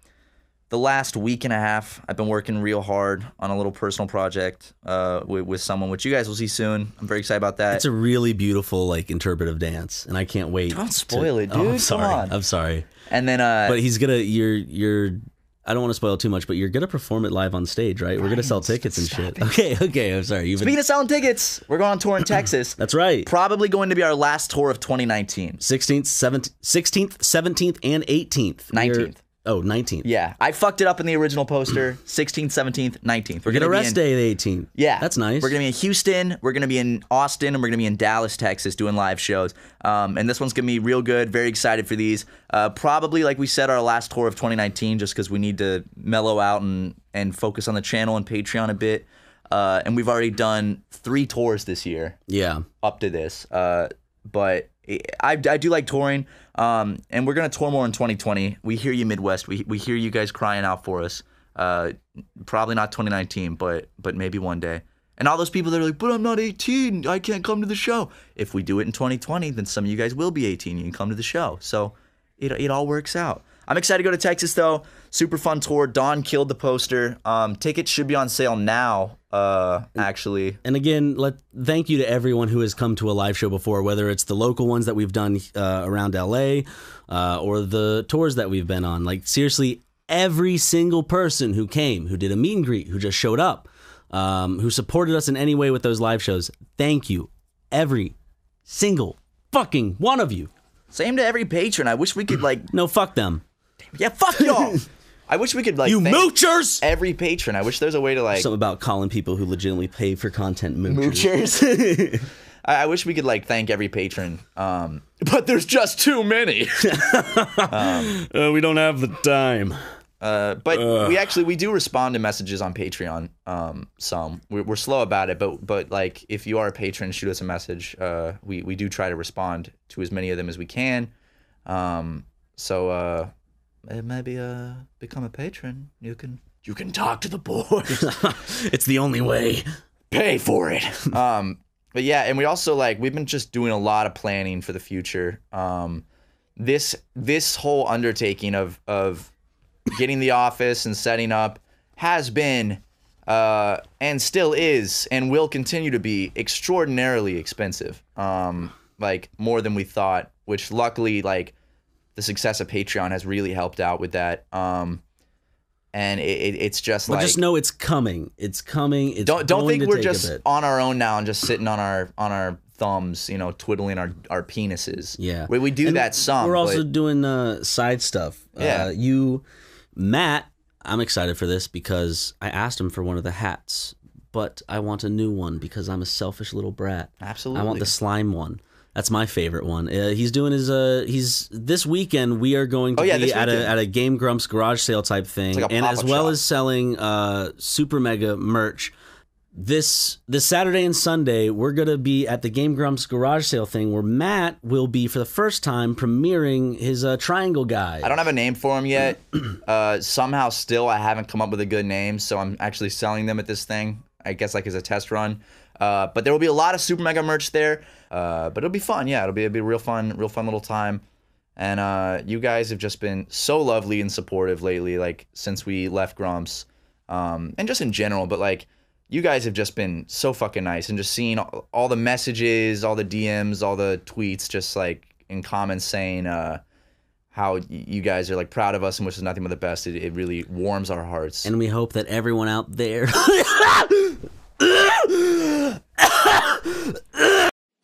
[SPEAKER 3] the last week and a half, I've been working real hard on a little personal project uh with, with someone, which you guys will see soon. I'm very excited about that.
[SPEAKER 4] It's a really beautiful like interpretive dance, and I can't wait.
[SPEAKER 3] Don't
[SPEAKER 4] to-
[SPEAKER 3] spoil it,
[SPEAKER 4] Oh,
[SPEAKER 3] dude.
[SPEAKER 4] I'm
[SPEAKER 3] Come
[SPEAKER 4] sorry.
[SPEAKER 3] on.
[SPEAKER 4] I'm sorry.
[SPEAKER 3] and then uh,
[SPEAKER 4] but he's gonna you're you're I don't want to spoil too much, but you're gonna perform it live on stage, right? We're gonna sell tickets and shit. Okay, okay. I'm sorry. You've been,
[SPEAKER 3] speaking of selling tickets, we're going on tour in Texas.
[SPEAKER 4] that's right.
[SPEAKER 3] probably going to be our last tour of 2019.
[SPEAKER 4] 16th, 17th, 16th, 17th, and 18th. We are-
[SPEAKER 3] 19th.
[SPEAKER 4] Oh, 19th.
[SPEAKER 3] Yeah, I fucked it up in the original poster. 16th, 17th, 19th. We're
[SPEAKER 4] Get
[SPEAKER 3] gonna
[SPEAKER 4] a
[SPEAKER 3] be
[SPEAKER 4] rest
[SPEAKER 3] in-
[SPEAKER 4] day the 18th.
[SPEAKER 3] Yeah,
[SPEAKER 4] That's nice.
[SPEAKER 3] We're gonna be in Houston. We're gonna be in Austin, and we're gonna be in Dallas, Texas, doing live shows. Um, and this one's gonna be real good. Very excited for these. Uh, probably like we said, our last tour of 2019, just because we need to mellow out and and focus on the channel and Patreon a bit. Uh, and we've already done three tours this year.
[SPEAKER 4] yeah.
[SPEAKER 3] up to this. Uh, but I, I do like touring. Um, and we're gonna tour more in 2020. We hear you, Midwest. We we hear you guys crying out for us. Uh, probably not 2019, but but maybe one day. And all those people that are like, but I'm not 18. I can't come to the show. If we do it in 2020, then some of you guys will be 18. You can come to the show. So it, it all works out. I'm excited to go to Texas though. Super fun tour. Don killed the poster. Um, tickets should be on sale now. Uh, actually,
[SPEAKER 4] And again, let thank you to everyone who has come to a live show before, whether it's the local ones that we've done uh, around LA uh, or the tours that we've been on. Like seriously, every single person who came, who did a meet and greet, who just showed up, um, who supported us in any way with those live shows. Thank you, every single fucking one of you.
[SPEAKER 3] Same to every patron. I wish we could like,
[SPEAKER 4] No, fuck them.
[SPEAKER 3] yeah, fuck y'all. I wish we could like
[SPEAKER 4] you
[SPEAKER 3] thank
[SPEAKER 4] moochers.
[SPEAKER 3] every patron. I wish there's a way to like
[SPEAKER 4] Something about calling people who legitimately pay for content moochers.
[SPEAKER 3] moochers. I, I wish we could like thank every patron. Um, but there's just too many.
[SPEAKER 4] Uh, we don't have the time.
[SPEAKER 3] Uh, but we actually we do respond to messages on Patreon. Um, some we're, we're slow about it, but but like if you are a patron, shoot us a message. Uh, we we do try to respond to as many of them as we can. Um, so uh, eh, maybe uh become a patron. You can you can talk to the boys.
[SPEAKER 4] it's the only way.
[SPEAKER 3] pay for it. um, but yeah, and we also like we've been just doing a lot of planning for the future. Um, this this whole undertaking of of getting the office and setting up has been uh, and still is and will continue to be extraordinarily expensive. Um, like more than we thought, which luckily like the success of Patreon has really helped out with that. Um, and it, it, it's just
[SPEAKER 4] But
[SPEAKER 3] like
[SPEAKER 4] just know it's coming. It's coming. It's
[SPEAKER 3] don't don't
[SPEAKER 4] going
[SPEAKER 3] think
[SPEAKER 4] to
[SPEAKER 3] we're
[SPEAKER 4] take a
[SPEAKER 3] just
[SPEAKER 4] bit.
[SPEAKER 3] on our own now and just sitting on our on our thumbs, you know, twiddling our our penises.
[SPEAKER 4] Yeah.
[SPEAKER 3] we, we do
[SPEAKER 4] And
[SPEAKER 3] that some.
[SPEAKER 4] We're
[SPEAKER 3] but-
[SPEAKER 4] also doing uh, side stuff.
[SPEAKER 3] Yeah.
[SPEAKER 4] Uh, you, Matt, I'm excited for this because I asked him for one of the hats, but I want a new one because I'm a selfish little brat.
[SPEAKER 3] Absolutely.
[SPEAKER 4] I want the slime one. That's my favorite one. Uh, he's doing his. Uh, he's this weekend. We are going to
[SPEAKER 3] Oh, yeah,
[SPEAKER 4] be
[SPEAKER 3] this
[SPEAKER 4] at a
[SPEAKER 3] weekend.
[SPEAKER 4] at a Game Grumps garage sale type thing,
[SPEAKER 3] like a
[SPEAKER 4] and as
[SPEAKER 3] pop-up
[SPEAKER 4] well
[SPEAKER 3] shop.
[SPEAKER 4] as selling uh, super mega merch this this Saturday and Sunday, we're gonna be at the Game Grumps garage sale thing where Matt will be for the first time premiering his uh, Triangle Guy.
[SPEAKER 3] I don't have a name for them yet. uh, somehow, still, I haven't come up with a good name, so I'm actually selling them at this thing. I guess like as a test run. Uh, but there will be a lot of super mega merch there. Uh, but it'll be fun. Yeah, it'll be it'll be a real fun, real fun little time. And uh, you guys have just been so lovely and supportive lately. Like since we left Grumps, um, and just in general. But like you guys have just been so fucking nice, and just seeing all, all the messages, all the DMs, all the tweets, just like in comments saying. Uh, how y- you guys are like proud of us and wish us nothing but the best. It, it really warms our hearts.
[SPEAKER 4] and we hope that everyone out there.